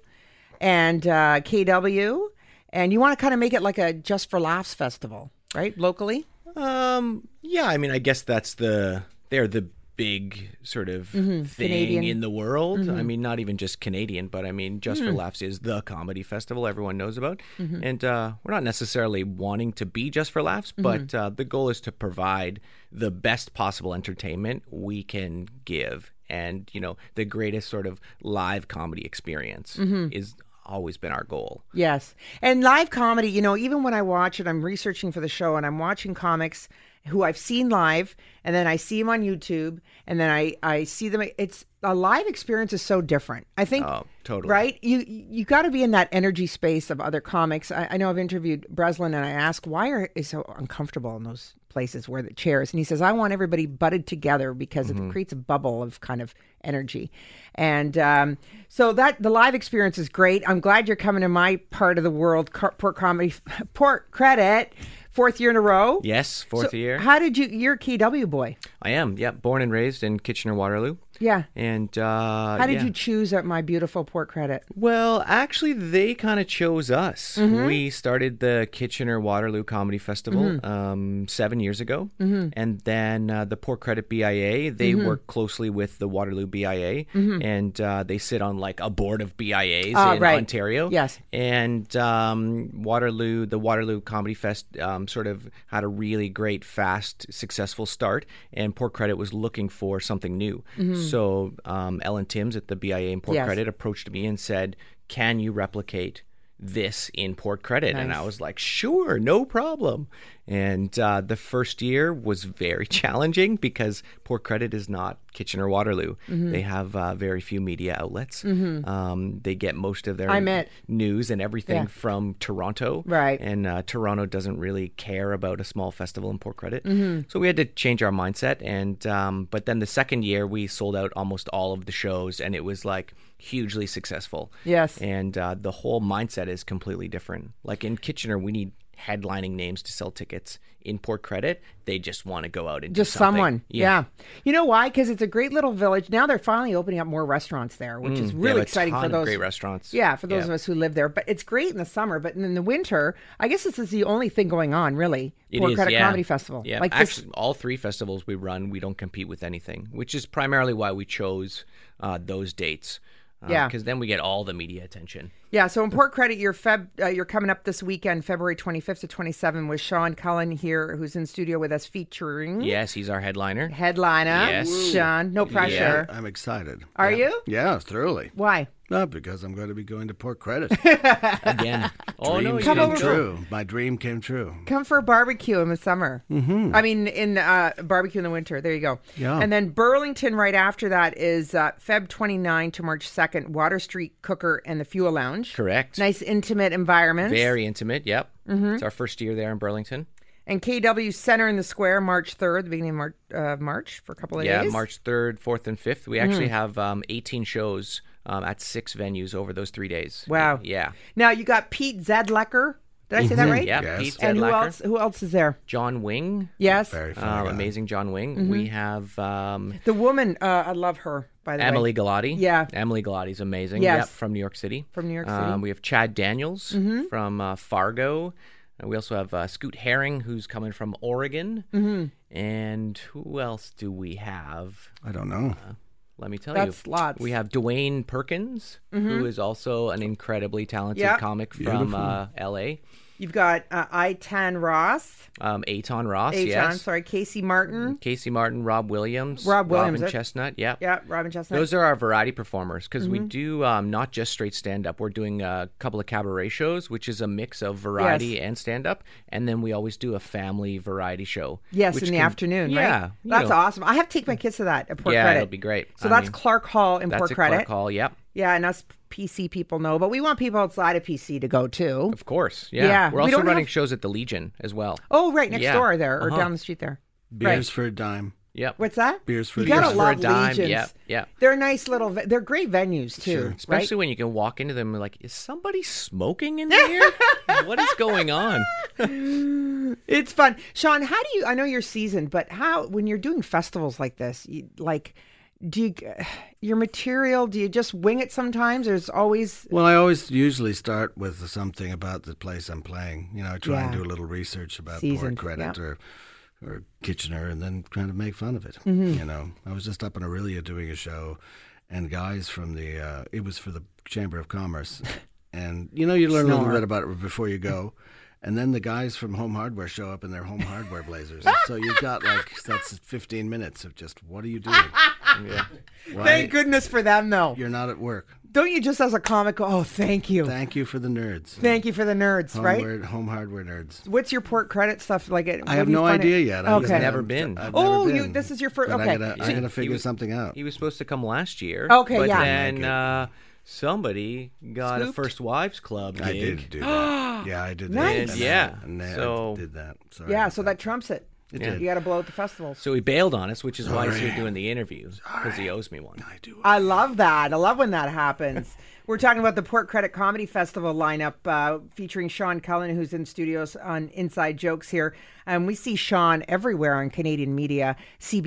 Speaker 5: and uh, KW. And you want to kind of make it like a Just for Laughs festival, right? Locally?
Speaker 7: Um. Yeah. I mean, I guess that's the they're the big sort of thing
Speaker 5: Mm-hmm, Canadian. Mm-hmm. Mm.
Speaker 7: in the world. I mean, not even just Canadian, but I mean, Just for Laughs is the comedy festival everyone knows about,
Speaker 5: Mm-hmm.
Speaker 7: and uh, we're not necessarily wanting to be Just for Laughs, but uh, the goal is to provide the best possible entertainment we can give, and you know, the greatest sort of live comedy experience
Speaker 5: Mm-hmm.
Speaker 7: is always been our goal.
Speaker 5: Yes. And live comedy, you know, even when I watch it, I'm researching for the show and I'm watching comics who I've seen live and then I see them on YouTube and then I, I see them. It's a live experience is so different. I think,
Speaker 7: Oh, totally.
Speaker 5: right? You, you got to be in that energy space of other comics. I, I know I've interviewed Breslin and I asked, why are is so uncomfortable in those places where the chairs? And he says, I want everybody butted together because
Speaker 7: Mm-hmm.
Speaker 5: it creates a bubble of kind of energy. And um, so that the live experience is great. I'm glad you're coming to my part of the world, Car- Port Comedy, <laughs> Port Credit, fourth year in a row.
Speaker 7: Yes, fourth
Speaker 5: So
Speaker 7: year.
Speaker 5: How did you? You're a KW boy.
Speaker 7: I am. Yeah, born and raised in Kitchener Waterloo.
Speaker 5: Yeah.
Speaker 7: And uh,
Speaker 5: How did
Speaker 7: yeah.
Speaker 5: you choose at my beautiful Port Credit?
Speaker 7: Well, actually, they kind of chose us. We started the Kitchener Waterloo Comedy Festival um, seven years ago, and then uh, the Port Credit BIA. They work closely with the Waterloo BIA, and uh, they sit on like a board of BIAs
Speaker 5: Ah,
Speaker 7: in
Speaker 5: right.
Speaker 7: Ontario.
Speaker 5: Yes.
Speaker 7: And um, Waterloo, the Waterloo Comedy Fest, um, sort of had a really great, fast, successful start, and Port Credit was looking for something new. So um, Ellen Timms at the BIA in
Speaker 5: Mm-hmm.
Speaker 7: Port
Speaker 5: Yes.
Speaker 7: Credit approached me and said, "Can you replicate?" This in Port Credit, and I was like, "Sure, no problem." And uh, the first year was very <laughs> challenging because Port Credit is not Kitchener Waterloo.
Speaker 5: Mm-hmm.
Speaker 7: They have uh, very few media outlets. Um, they get most of their
Speaker 5: I met-
Speaker 7: news and everything
Speaker 5: Yeah.
Speaker 7: from Toronto.
Speaker 5: Right.
Speaker 7: And uh, Toronto doesn't really care about a small festival in Port Credit.
Speaker 5: Mm-hmm.
Speaker 7: So we had to change our mindset. And um, but then the second year we sold out almost all of the shows, and it was like hugely successful.
Speaker 5: Yes.
Speaker 7: And uh, the whole mindset is completely different. Like in Kitchener, we need headlining names to sell tickets. In Port Credit, they just want to go out and do
Speaker 5: just
Speaker 7: something.
Speaker 5: someone. Yeah. You know why? Because it's a great little village. Now they're finally opening up more restaurants there, which is
Speaker 7: They
Speaker 5: really
Speaker 7: have Mm, a
Speaker 5: exciting
Speaker 7: ton
Speaker 5: for
Speaker 7: of
Speaker 5: those
Speaker 7: great restaurants.
Speaker 5: Yeah, for those of us who live there. But it's great in the summer, but in the winter, I guess this is the only thing going on really.
Speaker 7: It
Speaker 5: Port
Speaker 7: is,
Speaker 5: Credit
Speaker 7: yeah.
Speaker 5: Comedy Festival.
Speaker 7: Yeah,
Speaker 5: Like this-
Speaker 7: actually, all three festivals we run, we don't compete with anything, which is primarily why we chose uh, those dates. Uh,
Speaker 5: Yeah.
Speaker 7: because then we get all the media attention.
Speaker 5: Yeah, so in Port Credit, you're Feb, uh, you're coming up this weekend, February 25th to 27th, with Sean Cullen here, who's in studio with us, featuring
Speaker 7: Yes, he's our headliner.
Speaker 5: <laughs> headliner
Speaker 7: Yes.
Speaker 5: Sean. No pressure.
Speaker 6: I'm excited.
Speaker 5: Are you?
Speaker 6: Yeah, thoroughly.
Speaker 5: Why?
Speaker 6: Not because I'm going to be going to Port Credit.
Speaker 7: Again, oh no,
Speaker 6: Dream
Speaker 7: you
Speaker 6: came
Speaker 7: didn't
Speaker 5: over.
Speaker 7: go.
Speaker 6: true. My dream came true.
Speaker 5: Come for a barbecue in the summer.
Speaker 7: Mm-hmm.
Speaker 5: I mean, in uh, barbecue in the winter. There you go.
Speaker 6: Yeah.
Speaker 5: And then Burlington right after that is uh, Feb 29 to March 2nd, Water Street Cooker and the Fuel Lounge.
Speaker 7: Correct.
Speaker 5: Nice Mm-hmm. intimate environment.
Speaker 7: Very intimate. Yep, it's our first year there in Burlington.
Speaker 5: And KW Center in the Square, March 3rd, the beginning of March, uh, March for a couple of
Speaker 7: Yeah,
Speaker 5: days.
Speaker 7: March third, fourth, and fifth. We actually
Speaker 5: Mm.
Speaker 7: have um, 18 shows um, at six venues over those three days.
Speaker 5: Wow.
Speaker 7: Yeah.
Speaker 5: Now you got Pete Zedlecker. Did I say that right?
Speaker 7: Mm-hmm. Yeah.
Speaker 6: Yes.
Speaker 7: Pete
Speaker 5: And who
Speaker 7: Zedlacker,
Speaker 5: else? Who else is there?
Speaker 7: John Wing.
Speaker 5: Yes.
Speaker 6: Very funny.
Speaker 7: Um,
Speaker 6: guy.
Speaker 7: amazing John Wing.
Speaker 5: Mm-hmm.
Speaker 7: We have um,
Speaker 5: The woman. Uh, I love her. By the way.
Speaker 7: Emily Galati.
Speaker 5: Yeah.
Speaker 7: Emily Galati's amazing.
Speaker 5: Yes.
Speaker 7: Yep, from New York City.
Speaker 5: From New York City. Mm-hmm.
Speaker 7: Um, we have Chad Daniels from uh, Fargo. Uh, we also have uh, Scoot Herring, who's coming from Oregon.
Speaker 5: Mm-hmm.
Speaker 7: And who else do we have?
Speaker 6: I don't know.
Speaker 7: Let me tell you.
Speaker 5: That's lots.
Speaker 7: We have Dwayne Perkins, who is also an incredibly talented
Speaker 5: Yep.
Speaker 7: comic from uh, L.A.
Speaker 5: You've got uh, Itan Ross.
Speaker 7: Um, Aton Ross,
Speaker 5: Aton.
Speaker 7: yes.
Speaker 5: Sorry, Casey Martin.
Speaker 7: Casey Martin, Rob Williams,
Speaker 5: Rob Williams,
Speaker 7: Robin
Speaker 5: that-
Speaker 7: Chestnut, yeah.
Speaker 5: Yeah, Robin Chestnut.
Speaker 7: Those are our variety performers because
Speaker 5: Mm-hmm.
Speaker 7: we do um, not just straight stand up. We're doing a couple of cabaret shows, which is a mix of variety
Speaker 5: Yes.
Speaker 7: and stand up, and then we always do a family variety show.
Speaker 5: Yes,
Speaker 7: which
Speaker 5: in the
Speaker 7: can-
Speaker 5: afternoon,
Speaker 7: Yeah,
Speaker 5: right?
Speaker 7: you
Speaker 5: That's
Speaker 7: know,
Speaker 5: awesome. I have to take my kids to that at Port
Speaker 7: Yeah,
Speaker 5: Credit.
Speaker 7: it'll be great.
Speaker 5: So
Speaker 7: I
Speaker 5: that's
Speaker 7: mean,
Speaker 5: Clark Hall in
Speaker 7: That's
Speaker 5: Port
Speaker 7: a
Speaker 5: Credit.
Speaker 7: Clark Hall. Yep.
Speaker 5: Yeah, and us PC people know, but we want people outside of PC to go too.
Speaker 7: Of course. Yeah.
Speaker 5: Yeah,
Speaker 7: We're
Speaker 5: we
Speaker 7: also
Speaker 5: don't
Speaker 7: running
Speaker 5: have-
Speaker 7: shows at the Legion as well.
Speaker 5: Oh, right next
Speaker 7: Yeah,
Speaker 5: door there, or
Speaker 7: uh-huh.
Speaker 5: down the street there.
Speaker 6: Beers for a dime.
Speaker 7: Yep.
Speaker 5: What's that?
Speaker 6: Beers for
Speaker 5: you
Speaker 6: a
Speaker 5: gotta
Speaker 6: dime. Beers
Speaker 7: for a
Speaker 5: love
Speaker 7: dime,
Speaker 5: Legions.
Speaker 7: yeah, yeah.
Speaker 5: They're nice little. ve- They're great venues too. right?
Speaker 7: Especially when you can walk into them and like, is somebody
Speaker 5: <laughs>
Speaker 7: smoking in here? what is going on?
Speaker 5: It's fun. Sean, how do you I know you're seasoned, but how when you're doing festivals like this, you, like do you <sighs> your material, do you just wing it sometimes? There's always
Speaker 6: Well, I always usually start with something about the place I'm playing. You know, I try and
Speaker 5: Yeah.
Speaker 6: do a little research about
Speaker 5: Seasoned,
Speaker 6: Port Credit
Speaker 5: yeah.
Speaker 6: or or Kitchener, and then kind of make fun of it.
Speaker 5: Mm-hmm.
Speaker 6: You know, I was just up in Aurelia doing a show, and guys from the uh, it was for the Chamber
Speaker 5: <laughs>
Speaker 6: of Commerce, and you know you learn a little bit about it before you go. And then the guys from Home Hardware show up in their Home Hardware blazers. And so you've got like that's 15 minutes of just what are
Speaker 5: <laughs>
Speaker 6: you doing? Why-
Speaker 5: Thank goodness for them though.
Speaker 6: You're not at work.
Speaker 5: Don't you just as a comic go, "Oh, thank you. Thank,
Speaker 6: Thank you for the nerds.
Speaker 5: you for the nerds,"
Speaker 6: home,
Speaker 5: right?
Speaker 6: hard- home hardware nerds.
Speaker 5: What's your port credit stuff like it?
Speaker 6: I have no idea yet. I'm just-
Speaker 5: Okay.
Speaker 7: Never been.
Speaker 6: I've
Speaker 5: Oh,
Speaker 6: never
Speaker 5: you-
Speaker 6: been.
Speaker 5: this is your fir-
Speaker 6: But
Speaker 5: okay.
Speaker 6: I gotta,
Speaker 7: See,
Speaker 6: I gotta
Speaker 7: he
Speaker 6: figure
Speaker 7: was-
Speaker 6: something out.
Speaker 7: He was supposed to come last year.
Speaker 5: Okay,
Speaker 7: but
Speaker 5: yeah.
Speaker 7: Then
Speaker 6: Make it.
Speaker 7: uh, somebody got a
Speaker 5: Scooped?
Speaker 7: First Wives Club gig.
Speaker 6: I
Speaker 5: <gasps>
Speaker 6: did do that. yeah, I did that.
Speaker 5: Nice.
Speaker 6: And I-
Speaker 7: Yeah,
Speaker 6: and I
Speaker 7: so-
Speaker 6: did that. Sorry.
Speaker 5: Yeah, so that trumps it.
Speaker 6: did.
Speaker 5: You got to blow out the festivals.
Speaker 7: So he bailed on us, which is why he's here doing the interview because he owes me one.
Speaker 6: I do.
Speaker 5: I love that. I love when that
Speaker 6: <laughs>
Speaker 5: happens. We're talking about the Port Credit Comedy Festival lineup uh, featuring Sean Cullen, who's in studios on Inside Jokes here. And we see Sean everywhere on Canadian media,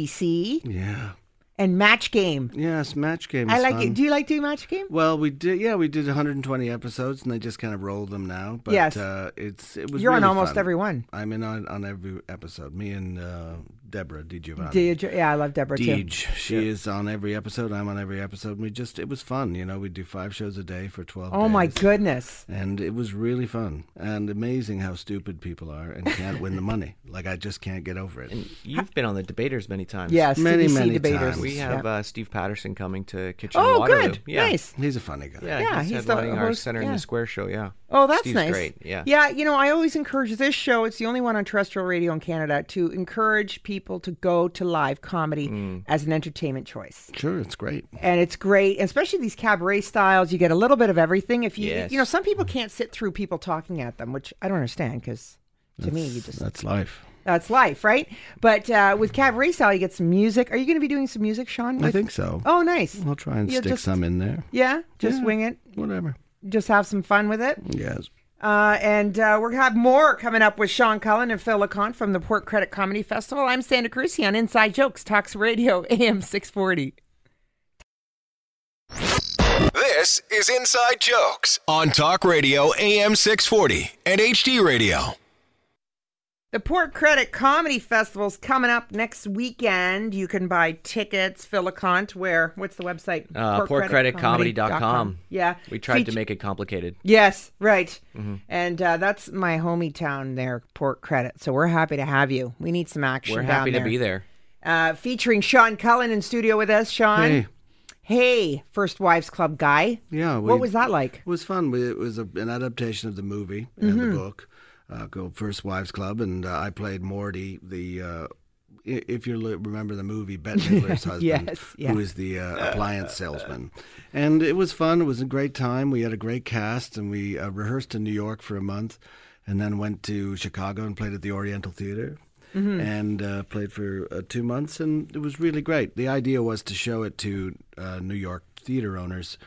Speaker 5: CBC,
Speaker 6: Yeah.
Speaker 5: and Match Game.
Speaker 6: Yes, match game.
Speaker 5: I
Speaker 6: is
Speaker 5: like
Speaker 6: fun.
Speaker 5: it. Do you like doing Match Game?
Speaker 6: Well, we did. Yeah, we did 120 episodes, and they just kind of rolled them now. But
Speaker 5: Yes.
Speaker 6: uh, it's it was.
Speaker 5: You're on
Speaker 6: really
Speaker 5: almost
Speaker 6: fun.
Speaker 5: every one.
Speaker 6: I'm in on, on every episode. Me and uh, Deborah DiGiovanni.
Speaker 5: Do you, yeah, I love Deborah
Speaker 6: Deej.
Speaker 5: too.
Speaker 6: She is on every episode. I'm on every episode. And we just it was fun. You know, we do five shows a day for 12.
Speaker 5: Oh my
Speaker 6: days.
Speaker 5: goodness.
Speaker 6: And it was really fun and amazing how stupid people are and can't win
Speaker 5: <laughs>
Speaker 6: the money. Like I just can't get over it.
Speaker 7: You've been on the debaters many times.
Speaker 5: Yes,
Speaker 6: Many,
Speaker 5: CBC
Speaker 6: many
Speaker 5: debaters.
Speaker 6: times.
Speaker 7: We have
Speaker 5: Yeah.
Speaker 7: uh, Steve Patterson coming to Kitchen
Speaker 5: oh,
Speaker 7: Waterloo.
Speaker 5: good. Nice.
Speaker 6: He's a funny guy.
Speaker 7: Yeah,
Speaker 5: Yeah,
Speaker 7: he's,
Speaker 5: he's the
Speaker 7: headlining our
Speaker 5: host,
Speaker 7: Center in
Speaker 5: yeah.
Speaker 7: the Square show. Yeah.
Speaker 5: Oh, that's
Speaker 7: Steve's
Speaker 5: nice.
Speaker 7: Great. Yeah.
Speaker 5: Yeah. You know, I always encourage this show. It's the only one on terrestrial radio in Canada to encourage people to go to live comedy
Speaker 7: Mm.
Speaker 5: as an entertainment choice.
Speaker 6: Sure, it's great.
Speaker 5: And it's great, especially these cabaret styles. You get a little bit of everything. If you,
Speaker 7: Yes.
Speaker 5: you know, some people can't sit through people talking at them, which I don't understand because to me, you just
Speaker 6: That's life.
Speaker 5: that's life, right? But uh, with cabaret style, you get some music. Are you going to be doing some music, Sean?
Speaker 6: I
Speaker 5: With-
Speaker 6: think so.
Speaker 5: Oh, nice.
Speaker 6: I'll try and
Speaker 5: You'll
Speaker 6: stick
Speaker 5: just-
Speaker 6: some in there.
Speaker 5: Yeah, just
Speaker 6: Yeah.
Speaker 5: wing it.
Speaker 6: Whatever.
Speaker 5: Just have some fun with it.
Speaker 6: Yes.
Speaker 5: Uh, and uh, we're going to have more coming up with Sean Cullen and Phil LeConte from the Port Credit Comedy Festival. I'm Santa Cruz on Inside Jokes, Talks Radio, <laughs> AM 640.
Speaker 4: This is Inside Jokes on Talk Radio AM 640 and HD Radio.
Speaker 5: The Port Credit Comedy Festival's coming up next weekend. You can buy tickets, Phil LeConte, where, what's the website?
Speaker 7: Uh, PortCreditComedy.com.
Speaker 5: Yeah.
Speaker 7: We tried to
Speaker 5: Feat-
Speaker 7: make Mm-hmm. it complicated.
Speaker 5: Yes, right. And uh, that's my homie town there, Port Credit. So we're happy to have you. We need some action
Speaker 7: We're
Speaker 5: down
Speaker 7: happy to be there.
Speaker 5: Uh, featuring Sean Cullen in studio with us. Sean.
Speaker 6: Hey.
Speaker 5: Hey, First Wives Club guy.
Speaker 6: Yeah.
Speaker 5: what
Speaker 6: we-
Speaker 5: was that like?
Speaker 6: It was fun. We- It was a, an adaptation of the movie and the book, uh, called First Wives Club, and uh, I played Morty, the uh, i- if you li- remember the movie, Bette Midler's husband,
Speaker 5: Yes, yeah.
Speaker 6: who is the uh, appliance salesman. And it was fun. It was a great time. We had a great cast, and we uh, rehearsed in New York for a month, and then went to Chicago and played at the Oriental Theater. And uh, played for uh, two months, and it was really great. The idea was to show it to uh, New York theater owners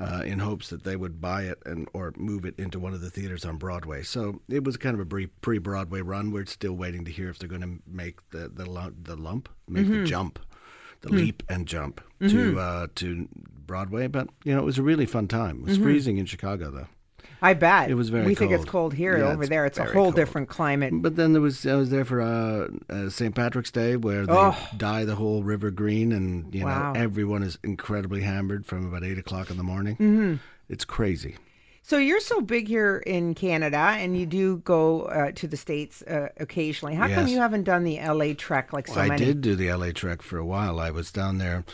Speaker 6: uh, in hopes that they would buy it and or move it into one of the theaters on Broadway. So it was kind of a brief pre-Broadway run. We're still waiting to hear if they're going to make the the, lu- the lump, make the jump, the leap and jump
Speaker 5: Mm-hmm.
Speaker 6: to uh, to Broadway. But you know, it was a really fun time. It
Speaker 5: Mm-hmm.
Speaker 6: was freezing in Chicago though.
Speaker 5: I bet.
Speaker 6: It was very
Speaker 5: We think it's
Speaker 6: cold.
Speaker 5: cold here.
Speaker 6: Yeah,
Speaker 5: Over
Speaker 6: it's
Speaker 5: there, it's a
Speaker 6: very
Speaker 5: whole
Speaker 6: cold.
Speaker 5: different climate.
Speaker 6: But then there was I was there for uh, uh, St. Patrick's Day where they dye the whole river green, and you
Speaker 5: Wow.
Speaker 6: know everyone is incredibly hammered from about eight o'clock in the morning. Mm-hmm. It's crazy.
Speaker 5: So you're so big here in Canada, and you do go uh, to the states uh, occasionally. How come
Speaker 6: Yes.
Speaker 5: you haven't done the LA trek like so
Speaker 6: I
Speaker 5: many?
Speaker 6: did do the LA Trek for a while. I was down there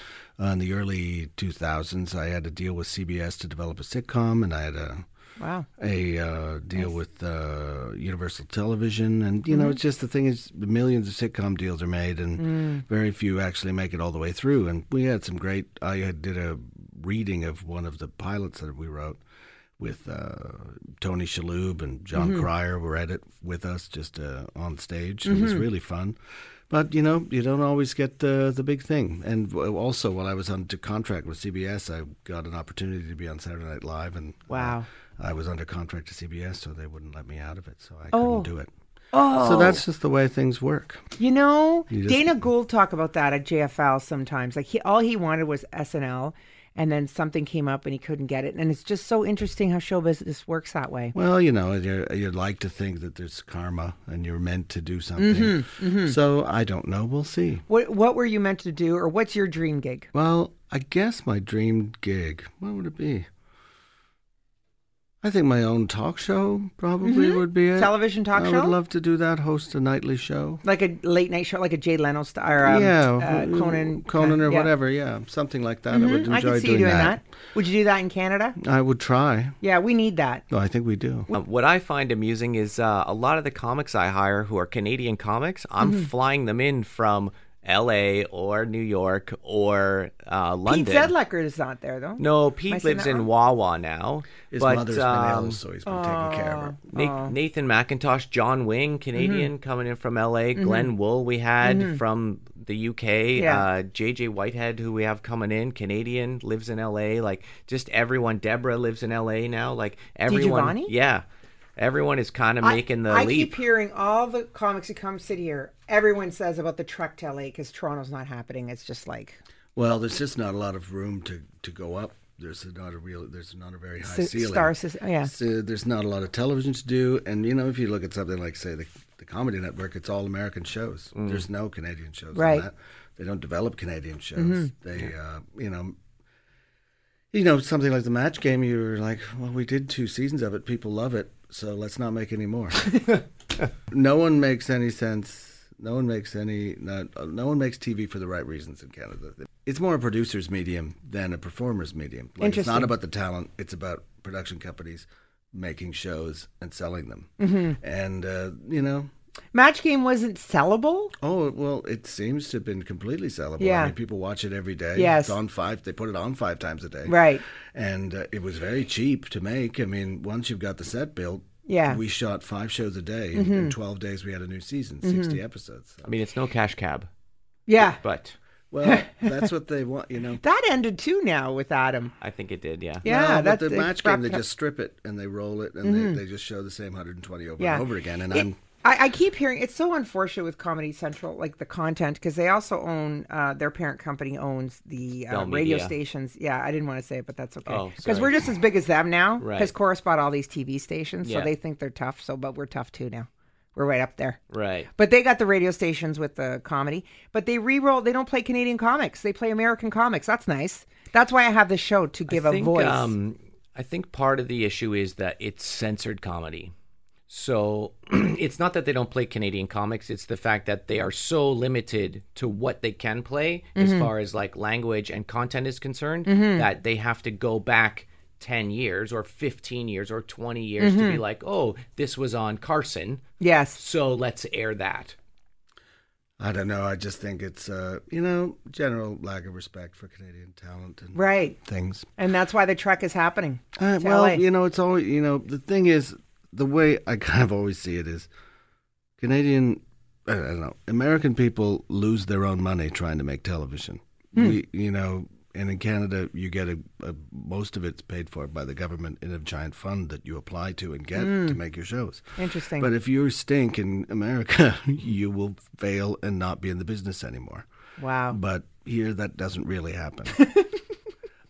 Speaker 6: uh, in the early 2000s. I had a deal with CBS to develop a sitcom, and I had a
Speaker 5: Wow.
Speaker 6: a uh, deal with uh, Universal Television, and you know, it's just the thing is, the millions of sitcom deals are made, and very few actually make it all the way through. And we had some great. I had did a reading of one of the pilots that we wrote with uh, Tony Shalhoub and John Cryer were at it with us just uh, on stage. It was really fun. But you know, you don't always get uh, the the big thing. And w- also, while I was under contract with CBS, I got an opportunity to be on Saturday Night Live, and uh,
Speaker 5: Wow.
Speaker 6: I was under contract to CBS, so they wouldn't let me out of it, so I
Speaker 5: Oh.
Speaker 6: couldn't do it. Oh, so that's just the way things work.
Speaker 5: You know,
Speaker 6: just-
Speaker 5: Dana Gould talk about that at JFL sometimes. Like he, all he wanted was SNL, and then something came up and he couldn't get it. And it's just so interesting how show business works that way.
Speaker 6: Well, you know, you you like to think that there's karma and you're meant to do something.
Speaker 5: Mm-hmm,
Speaker 6: So I don't know. We'll see.
Speaker 5: What What were you meant to do, or what's your dream gig?
Speaker 6: Well, I guess my dream gig. What would it be? I think my own talk show probably would be it.
Speaker 5: Mm-hmm. Television talk
Speaker 6: I
Speaker 5: show?
Speaker 6: would love to do that. Host a nightly show.
Speaker 5: Like a late night show, like a Jay Leno st- or um,
Speaker 6: yeah,
Speaker 5: uh,
Speaker 6: w-
Speaker 5: Conan,
Speaker 6: Conan or
Speaker 5: yeah.
Speaker 6: whatever. Yeah, something like that. I would
Speaker 5: Mhm,
Speaker 6: enjoy
Speaker 5: I can see
Speaker 6: doing,
Speaker 5: you doing that. Would you do that in Canada?
Speaker 6: I would try.
Speaker 5: Yeah, we need that.
Speaker 6: No, Oh, I think we do.
Speaker 7: Uh, what I find amusing is uh, a lot of the comics I hire who are Canadian comics, I'm
Speaker 5: Mm-hmm.
Speaker 7: flying them in from L.A. or New York or uh, London.
Speaker 5: Pete Zedlecker is not there though.
Speaker 7: No,
Speaker 5: Am I
Speaker 7: Pete
Speaker 5: saying
Speaker 7: lives
Speaker 5: that
Speaker 7: in
Speaker 5: wrong?
Speaker 7: Wawa now.
Speaker 6: His
Speaker 7: but,
Speaker 6: mother's
Speaker 7: um,
Speaker 6: been ill, so he's been taking care of her.
Speaker 7: Na-
Speaker 5: Oh.
Speaker 7: Nathan McIntosh, John Wing, Canadian,
Speaker 5: Mm-hmm.
Speaker 7: coming in from LA. Glenn Wool, we had from the UK.
Speaker 5: Yeah.
Speaker 7: Uh, JJ Whitehead, who we have coming in, Canadian, lives in LA. Like just everyone. Deborah lives in LA now. Like everyone.
Speaker 5: Giovanni?
Speaker 7: Yeah, everyone is kind of making the
Speaker 5: I
Speaker 7: leap.
Speaker 5: keep hearing all the comics who come sit here. Everyone says about the truck to LA because Toronto's not happening. It's just like
Speaker 6: Well, there's just not a lot of room to, to go up. There's not a real. There's not a very high
Speaker 5: s-
Speaker 6: ceiling.
Speaker 5: star system. Yeah,
Speaker 6: So there's not a lot of television to do, and you know if you look at something like say the, the Comedy Network, it's all American shows. There's no Canadian shows. on
Speaker 5: Right.
Speaker 6: that. They don't develop Canadian shows. They, uh, you know, you know something like the Match Game. You're like, well, we did two seasons of it. People love it, so let's not make any more. no one makes any sense. No one makes any. Not, uh, no one makes TV for the right reasons in Canada. It's more a producer's medium than a performer's medium. Like, It's
Speaker 5: Interesting.
Speaker 6: not about the talent. It's about production companies making shows and selling them. Mm-hmm. And uh, you know,
Speaker 5: Match Game wasn't sellable.
Speaker 6: oh well, it seems to have been completely sellable.
Speaker 5: Yeah.
Speaker 6: I mean, people watch it every day.
Speaker 5: Yes.
Speaker 6: it's on five. They put it on five times a day.
Speaker 5: Right.
Speaker 6: And uh, it was very cheap to make. I mean, once you've got the set built.
Speaker 5: Yeah. Mm-hmm.
Speaker 6: We shot five shows a day. In, in 12 days, we had a new season, 60 episodes.
Speaker 7: I mean, it's no cash cab,
Speaker 5: Yeah,
Speaker 7: but
Speaker 5: <laughs>
Speaker 6: Well, that's what they want, you know.
Speaker 5: that ended too now with Adam.
Speaker 7: I think it did. Yeah.
Speaker 5: Yeah,
Speaker 6: no, but
Speaker 5: that's
Speaker 6: the match game, they just strip it and they roll it and they, they just show the same 120 over
Speaker 5: Mm-hmm. Yeah.
Speaker 6: and over again. And
Speaker 5: It-
Speaker 6: I'm
Speaker 5: I, I keep hearing it's so unfortunate with Comedy Central, like the content, because they also own uh, their parent company owns the uh,
Speaker 7: Bell
Speaker 5: radio
Speaker 7: Media.
Speaker 5: stations. Yeah, I didn't want to say it, but that's okay
Speaker 7: Oh,
Speaker 5: because
Speaker 7: sorry.
Speaker 5: we're just as big as them now.
Speaker 7: Right.
Speaker 5: Because Chorus bought all these TV stations, so
Speaker 7: Yeah.
Speaker 5: they think they're tough. So, but we're tough too now. We're right up there.
Speaker 7: Right.
Speaker 5: But they got the radio stations with the comedy. But they re-roll. They don't play Canadian comics. They play American comics. That's nice. That's why I have this show to give
Speaker 7: I
Speaker 5: a
Speaker 7: think,
Speaker 5: voice.
Speaker 7: Um, I think part of the issue is that it's censored comedy. So <clears throat> it's not that they don't play Canadian comics, it's the fact that they are so limited to what they can play as
Speaker 5: Mm-hmm.
Speaker 7: far as like language and content is concerned that they have to go back 10 years or 15 years or 20 years to be
Speaker 5: Mm-hmm.
Speaker 7: like, "Oh, this was on Carson,
Speaker 5: yes.
Speaker 7: so let's air that."
Speaker 6: I don't know. I just think it's uh, you know general lack of respect for Canadian talent and
Speaker 5: Right.
Speaker 6: things.
Speaker 5: And that's why the trek is happening.
Speaker 6: Uh,
Speaker 5: to
Speaker 6: well,
Speaker 5: LA.
Speaker 6: you know, it's always you know the thing is the way I <laughs> kind of always see it is Canadian. I don't know. American people lose their own money trying to make television.
Speaker 5: Hmm.
Speaker 6: We, you know, and in Canada, you get a, a most of it's paid for by the government in a giant fund that you apply to and get to make your shows.
Speaker 5: Hmm. Interesting.
Speaker 6: But if you stink in America, <laughs> you will fail and not be in the business anymore
Speaker 5: wow.
Speaker 6: but here that doesn't
Speaker 5: <laughs>
Speaker 6: really happen.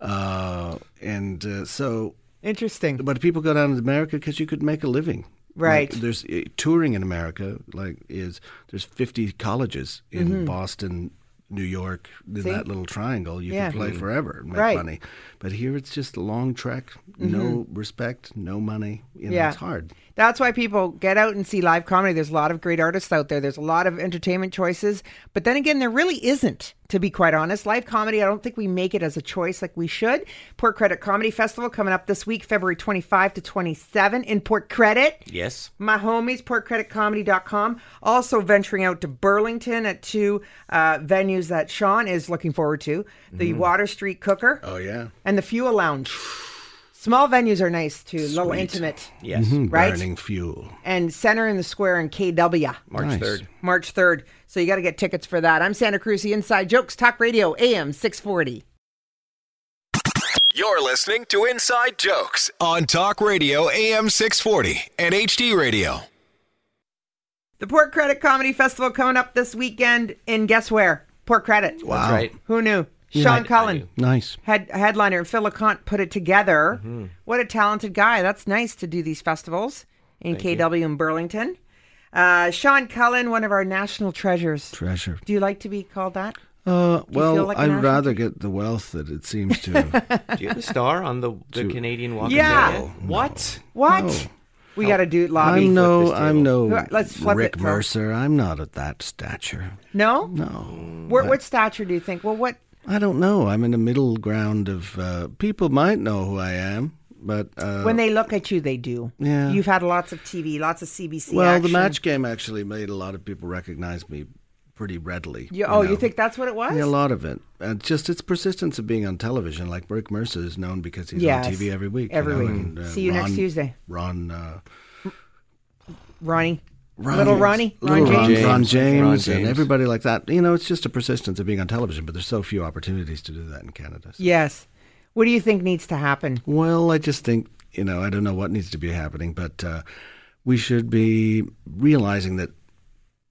Speaker 6: uh, and uh, so,
Speaker 5: Interesting.
Speaker 6: but people go down to America because you could make a living.
Speaker 5: Right.
Speaker 6: Like, there's uh, touring in America. Like is there's 50 colleges in Boston, New York, in
Speaker 5: Mm-hmm. See?
Speaker 6: that little triangle. You
Speaker 5: Yeah.
Speaker 6: can play forever and make
Speaker 5: Right. Mm-hmm.
Speaker 6: money. But here it's just a long trek, no respect, no money. You know,
Speaker 5: Yeah.
Speaker 6: it's hard.
Speaker 5: That's why people get out and see live comedy. There's a lot of great artists out there. There's a lot of entertainment choices. But then again, there really isn't, to be quite honest. Live comedy, I don't think we make it as a choice like we should. Port Credit Comedy Festival coming up this week, February 25 to 27 in Port Credit
Speaker 7: Yes.
Speaker 5: my homies portcreditcomedy.com also venturing out to burlington at two uh, venues that sean is looking forward to the water street cooker
Speaker 6: Oh yeah.
Speaker 5: and the fuel lounge small venues are nice too little intimate
Speaker 7: Yes.
Speaker 5: right
Speaker 6: Mm-hmm. Burning fuel.
Speaker 5: and center in the square in kw
Speaker 7: March third.
Speaker 5: march 3rd so you got to get tickets for that i'm santa cruz inside jokes talk radio am 640
Speaker 4: You're listening to Inside Jokes on Talk Radio AM 640 and HD Radio.
Speaker 5: the port credit comedy festival coming up this weekend in guess where port credit
Speaker 6: Wow.
Speaker 7: Right.
Speaker 5: who knew sean cullen
Speaker 6: Nice.
Speaker 5: head headliner and Phil LeConte put it together. What a talented guy. That's nice to do these festivals in KW and Burlington. Uh, Sean Cullen, one of our national treasures.
Speaker 6: Treasure.
Speaker 5: do you like to be called that?
Speaker 6: Uh, well,
Speaker 5: like an
Speaker 6: I'd
Speaker 5: astronaut?
Speaker 6: rather get the wealth that it
Speaker 5: <laughs>
Speaker 6: seems to.
Speaker 7: Do you have the star on the, the Canadian Walk? of
Speaker 5: Yeah.
Speaker 7: Fame? What?
Speaker 5: What? We got to do lobby.
Speaker 6: I'm no,
Speaker 7: this
Speaker 6: I'm no
Speaker 5: Here, let's flip
Speaker 6: Rick
Speaker 5: it, Phil.
Speaker 6: Mercer. I'm not at that stature.
Speaker 5: no?
Speaker 6: No,
Speaker 5: What, what stature do you think? Well, what?
Speaker 6: I don't know. I'm in the middle ground of uh, people might know who I am, but uh,
Speaker 5: When they look at you, they do.
Speaker 6: Yeah.
Speaker 5: You've had lots of TV, lots of CBC.
Speaker 6: well, the
Speaker 5: action.
Speaker 6: match game actually made a lot of people recognize me pretty readily.
Speaker 5: You, oh, you
Speaker 6: know.
Speaker 5: think that's what it was?
Speaker 6: Yeah, a lot of it. And just its persistence of being on television, like Rick Mercer is known because he's
Speaker 5: Yes.
Speaker 6: on TV every week.
Speaker 5: Every
Speaker 6: know,
Speaker 5: week.
Speaker 6: and, uh,
Speaker 5: See you next
Speaker 6: Ron-
Speaker 5: Tuesday.
Speaker 6: Ron, uh,
Speaker 5: Ronnie.
Speaker 6: Ron-
Speaker 5: Little Ronnie.
Speaker 6: Little
Speaker 5: Ron
Speaker 6: Ron,
Speaker 5: James.
Speaker 6: Ron James,
Speaker 7: Ron James.
Speaker 6: and everybody like that. You know, it's just a persistence of being on television, but there's so few opportunities to do that in Canada. so-
Speaker 5: Yes. What do you think needs to happen?
Speaker 6: Well, I just think, you know, I don't know what needs to be happening, but uh, we should be realizing that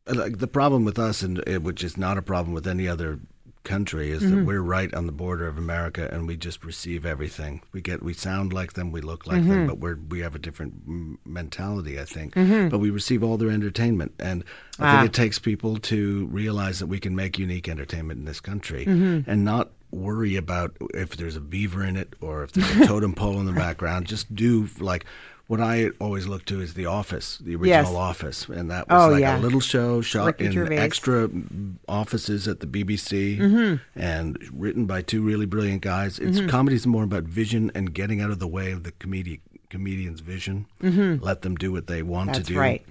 Speaker 6: uh, like, the problem with us, and uh, which is not a problem with any other country, is that we're right on the border of America and we just receive everything. We get, we sound like them, we look like them, but we're, we have a different mm, mentality, I think. But we receive all their entertainment. And I think it takes people to realize that we can make unique entertainment in this country and not worry about if there's a beaver in it or if there's a totem pole in the background. Just do like what I always look to is The Office, the
Speaker 5: Yes.
Speaker 6: original Office, and that was
Speaker 5: Oh,
Speaker 6: like
Speaker 5: yeah.
Speaker 6: a little show shot
Speaker 5: Ricky
Speaker 6: in
Speaker 5: Gervais.
Speaker 6: extra offices at the BBC
Speaker 5: Mm-hmm.
Speaker 6: and written by two really brilliant guys. It's comedy's more about vision and getting out of the way of the comedic comedian's vision. Let them do what they want
Speaker 5: Mm-hmm. That's
Speaker 6: to do.
Speaker 5: right.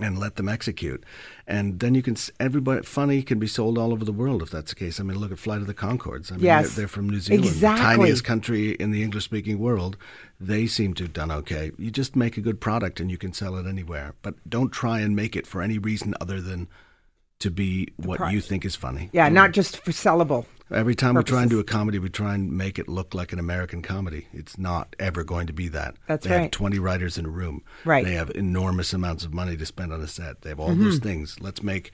Speaker 6: And let them execute, and then you can. s- Everybody, funny can be sold all over the world if that's the case. I mean, look at Flight of the Concords. I mean,
Speaker 5: Yes.
Speaker 6: they're, they're from New Zealand,
Speaker 5: Exactly.
Speaker 6: the tiniest country in the English-speaking world. They seem to have done okay. You just make a good product and you can sell it anywhere, but don't try and make it for any reason other than to be what you think is funny.
Speaker 5: Yeah, not just for sellable.
Speaker 6: Every time we try and
Speaker 5: purposes.
Speaker 6: do a comedy, we try and make it look like an American comedy. It's not ever going to be that.
Speaker 5: That's
Speaker 6: they
Speaker 5: right.
Speaker 6: have 20 writers in a room.
Speaker 5: Right. Mm-hmm.
Speaker 6: They have enormous amounts of money to spend on a set. They have all those things. Let's make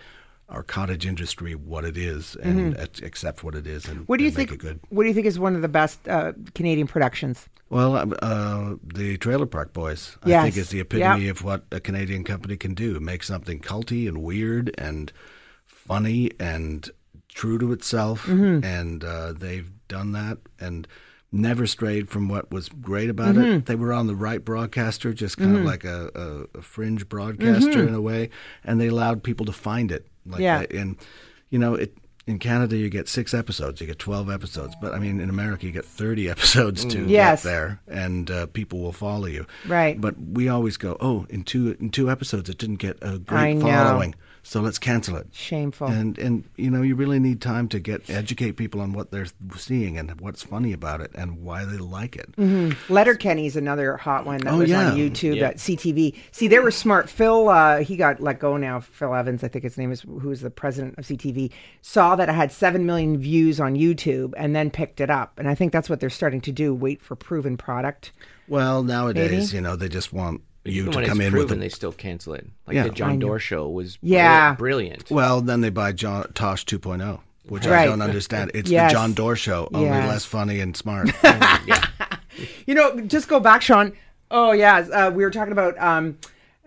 Speaker 6: our cottage industry what it is and ac- accept what it is and,
Speaker 5: Mm-hmm. What do you
Speaker 6: and make
Speaker 5: think?
Speaker 6: it good.
Speaker 5: What do you think is one of the best uh, Canadian productions?
Speaker 6: Well, um, uh, the Trailer Park Boys, I
Speaker 5: Yes.
Speaker 6: think, is the epitome
Speaker 5: Yep.
Speaker 6: of what a Canadian company can do. Make something culty and weird and funny and true to itself.
Speaker 5: Mm-hmm.
Speaker 6: And uh, they've done that and never strayed from what was great about
Speaker 5: Mm-hmm.
Speaker 6: it. They were on the right broadcaster, just kind of like a, a, a fringe broadcaster in a way. And they allowed people to find it. Like
Speaker 5: Mm-hmm. Yeah.
Speaker 6: they- and, you know, it. In Canada, you get six episodes, you get 12 episodes. But I mean, in America, you get 30 <laughs> episodes to
Speaker 5: Mm. Yes.
Speaker 6: get there there and uh, people will follow you.
Speaker 5: Right.
Speaker 6: But we always go, oh, in two in two episodes it didn't get a
Speaker 5: I
Speaker 6: great
Speaker 5: know.
Speaker 6: following, so let's cancel it.
Speaker 5: Shameful.
Speaker 6: And and you know you really need time to get educate people on what they're seeing and what's funny about it and why they like it.
Speaker 5: Mm-hmm. Letterkenny is another hot one that
Speaker 6: Oh,
Speaker 5: was
Speaker 6: yeah.
Speaker 5: on YouTube at CTV. See, they were smart. Phil, uh, he got let go now. Phil Evans, I think his name is, who's the president of CTV, saw that it had seven million views on YouTube and then picked it up. And I think that's what they're starting to do: wait for proven product.
Speaker 6: Well, nowadays you know they just want you
Speaker 7: Even
Speaker 6: to
Speaker 7: when
Speaker 6: come
Speaker 7: it's
Speaker 6: in
Speaker 7: proven,
Speaker 6: with a
Speaker 7: they still cancel it. Like
Speaker 6: Yeah.
Speaker 7: the John Doerr show was bri-
Speaker 5: Yeah.
Speaker 7: brilliant.
Speaker 6: Well, then they buy John Tosh 2.0, which
Speaker 5: Right.
Speaker 6: I don't understand. It's
Speaker 5: Yes.
Speaker 6: the John Doerr show, only
Speaker 5: Yes.
Speaker 6: less funny
Speaker 5: <laughs>
Speaker 6: and smart.
Speaker 5: You know, just go back, Sean. Oh yeah, uh, we were talking about um,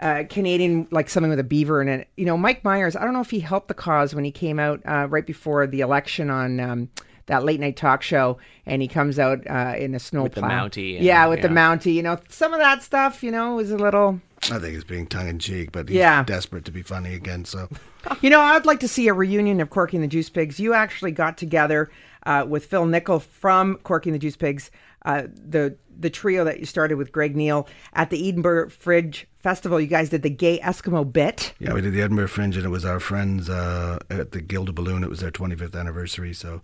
Speaker 5: uh, Canadian, like something with a beaver in it. You know, Mike Myers. I don't know if he helped the cause when he came out uh, right before the election on um, that late night talk show, and he comes out uh, in a snow with
Speaker 7: the Mountie and-
Speaker 5: yeah, with the
Speaker 7: yeah.
Speaker 5: Mountie. You know, some of that stuff, you know, was a little.
Speaker 6: I think he's being tongue in cheek, but he's
Speaker 5: Yeah.
Speaker 6: desperate to be funny again. So
Speaker 5: You know, I'd like to see a reunion of Corky and the Juice Pigs. You actually got together uh, with Phil Nickel from Corky and the Juice Pigs, uh, the the trio that you started with Greg Neal at the Edinburgh Fridge Festival. You guys did the Gay Eskimo bit.
Speaker 6: yeah, we did the Edinburgh Fringe, and it was our friends uh, at the Gilded Balloon. It was their 25th anniversary, so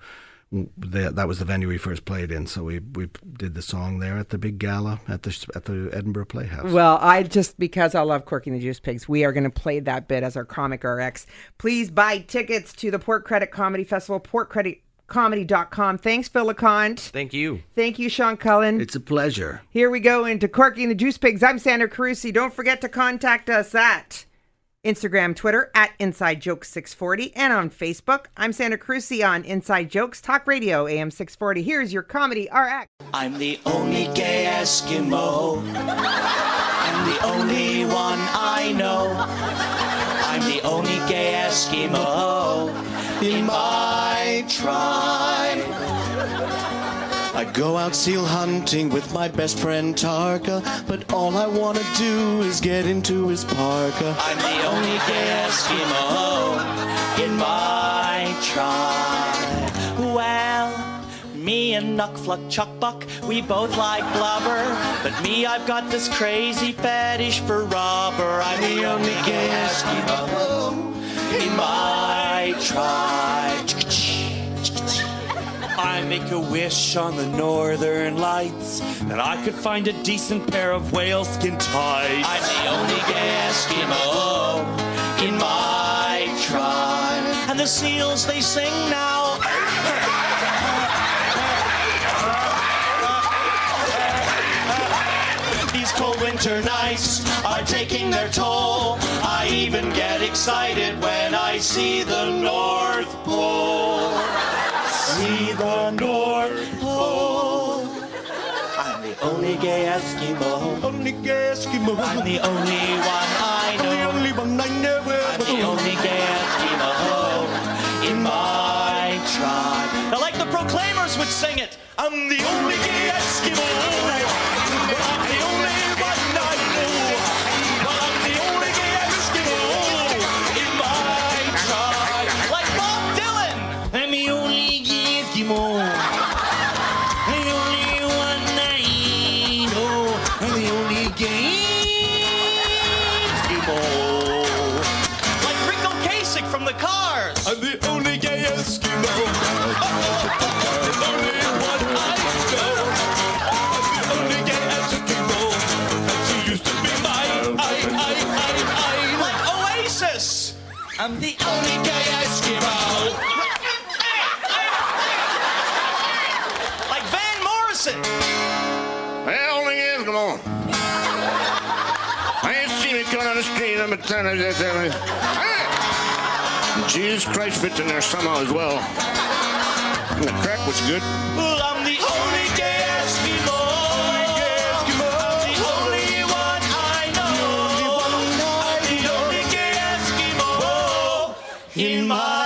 Speaker 6: w- that that was the venue we first played in. So we we did the song there at the big gala at the sh- at the Edinburgh Playhouse.
Speaker 5: Well, I just because I love Corky and the Juice Pigs, we are going to play that bit as our comic RX. Please buy tickets to the Port Credit Comedy Festival, portcreditcomedy.com. Thanks, Phil LeConte.
Speaker 7: Thank you.
Speaker 5: Thank you, Sean Cullen.
Speaker 6: it's a pleasure.
Speaker 5: Here we go into Corky and the Juice Pigs. I'm Sandra Carusi. Don't forget to contact us at Instagram, Twitter, at Inside Jokes 640, and on Facebook. I'm Sandra Carusi on Inside Jokes Talk Radio, AM 640. Here's your comedy RX.
Speaker 8: I'm the only gay Eskimo. I'm the only one I know. I'm the only gay Eskimo in my tribe. I go out seal hunting with my best friend Tarka, but all I wanna do is get into his parka. I'm the only gay Eskimo in my tribe. Well, me and Nuck Fluck Chuck Buck, we both like blubber, but me, I've got this crazy fetish for rubber. I'm the only gay Eskimo in my tribe. I make a wish on the northern lights that I could find a decent pair of whale skin tights. I'm the only gay Eskimo in my tribe. And the seals, they sing now. These cold winter nights are taking their toll. I even get excited when I see the North Pole. See the North Pole. I'm the only gay Eskimo. Only gay Eskimo. I'm the only one I know. I'm the only one I know. I'm the only gay Eskimo in my tribe. Now, like the Proclaimers would sing it, I'm the only gay Eskimo. But I'm the only one I know. But I'm the only gay Eskimo in my tribe. Like Bob Dylan, I'm the only gay Eskimo. The only one I know. I'm the only Eskimo. Like Rico Kasich from the Cars. I'm the only gay Eskimo. the only one I know. I'm the only gay Eskimo. And she used to be my I, I, I, I. Like Oasis. I'm the only gay Eskimo. like Van Morrison.
Speaker 9: Well, only is, come on. I ain't seen it coming on the street. I'm a ten. I just- I- I- Jesus Christ fits in there somehow as well. And the crack was good.
Speaker 8: Well, I'm the only gay Eskimo. I'm the only one I know. I'm the only gay Eskimo in my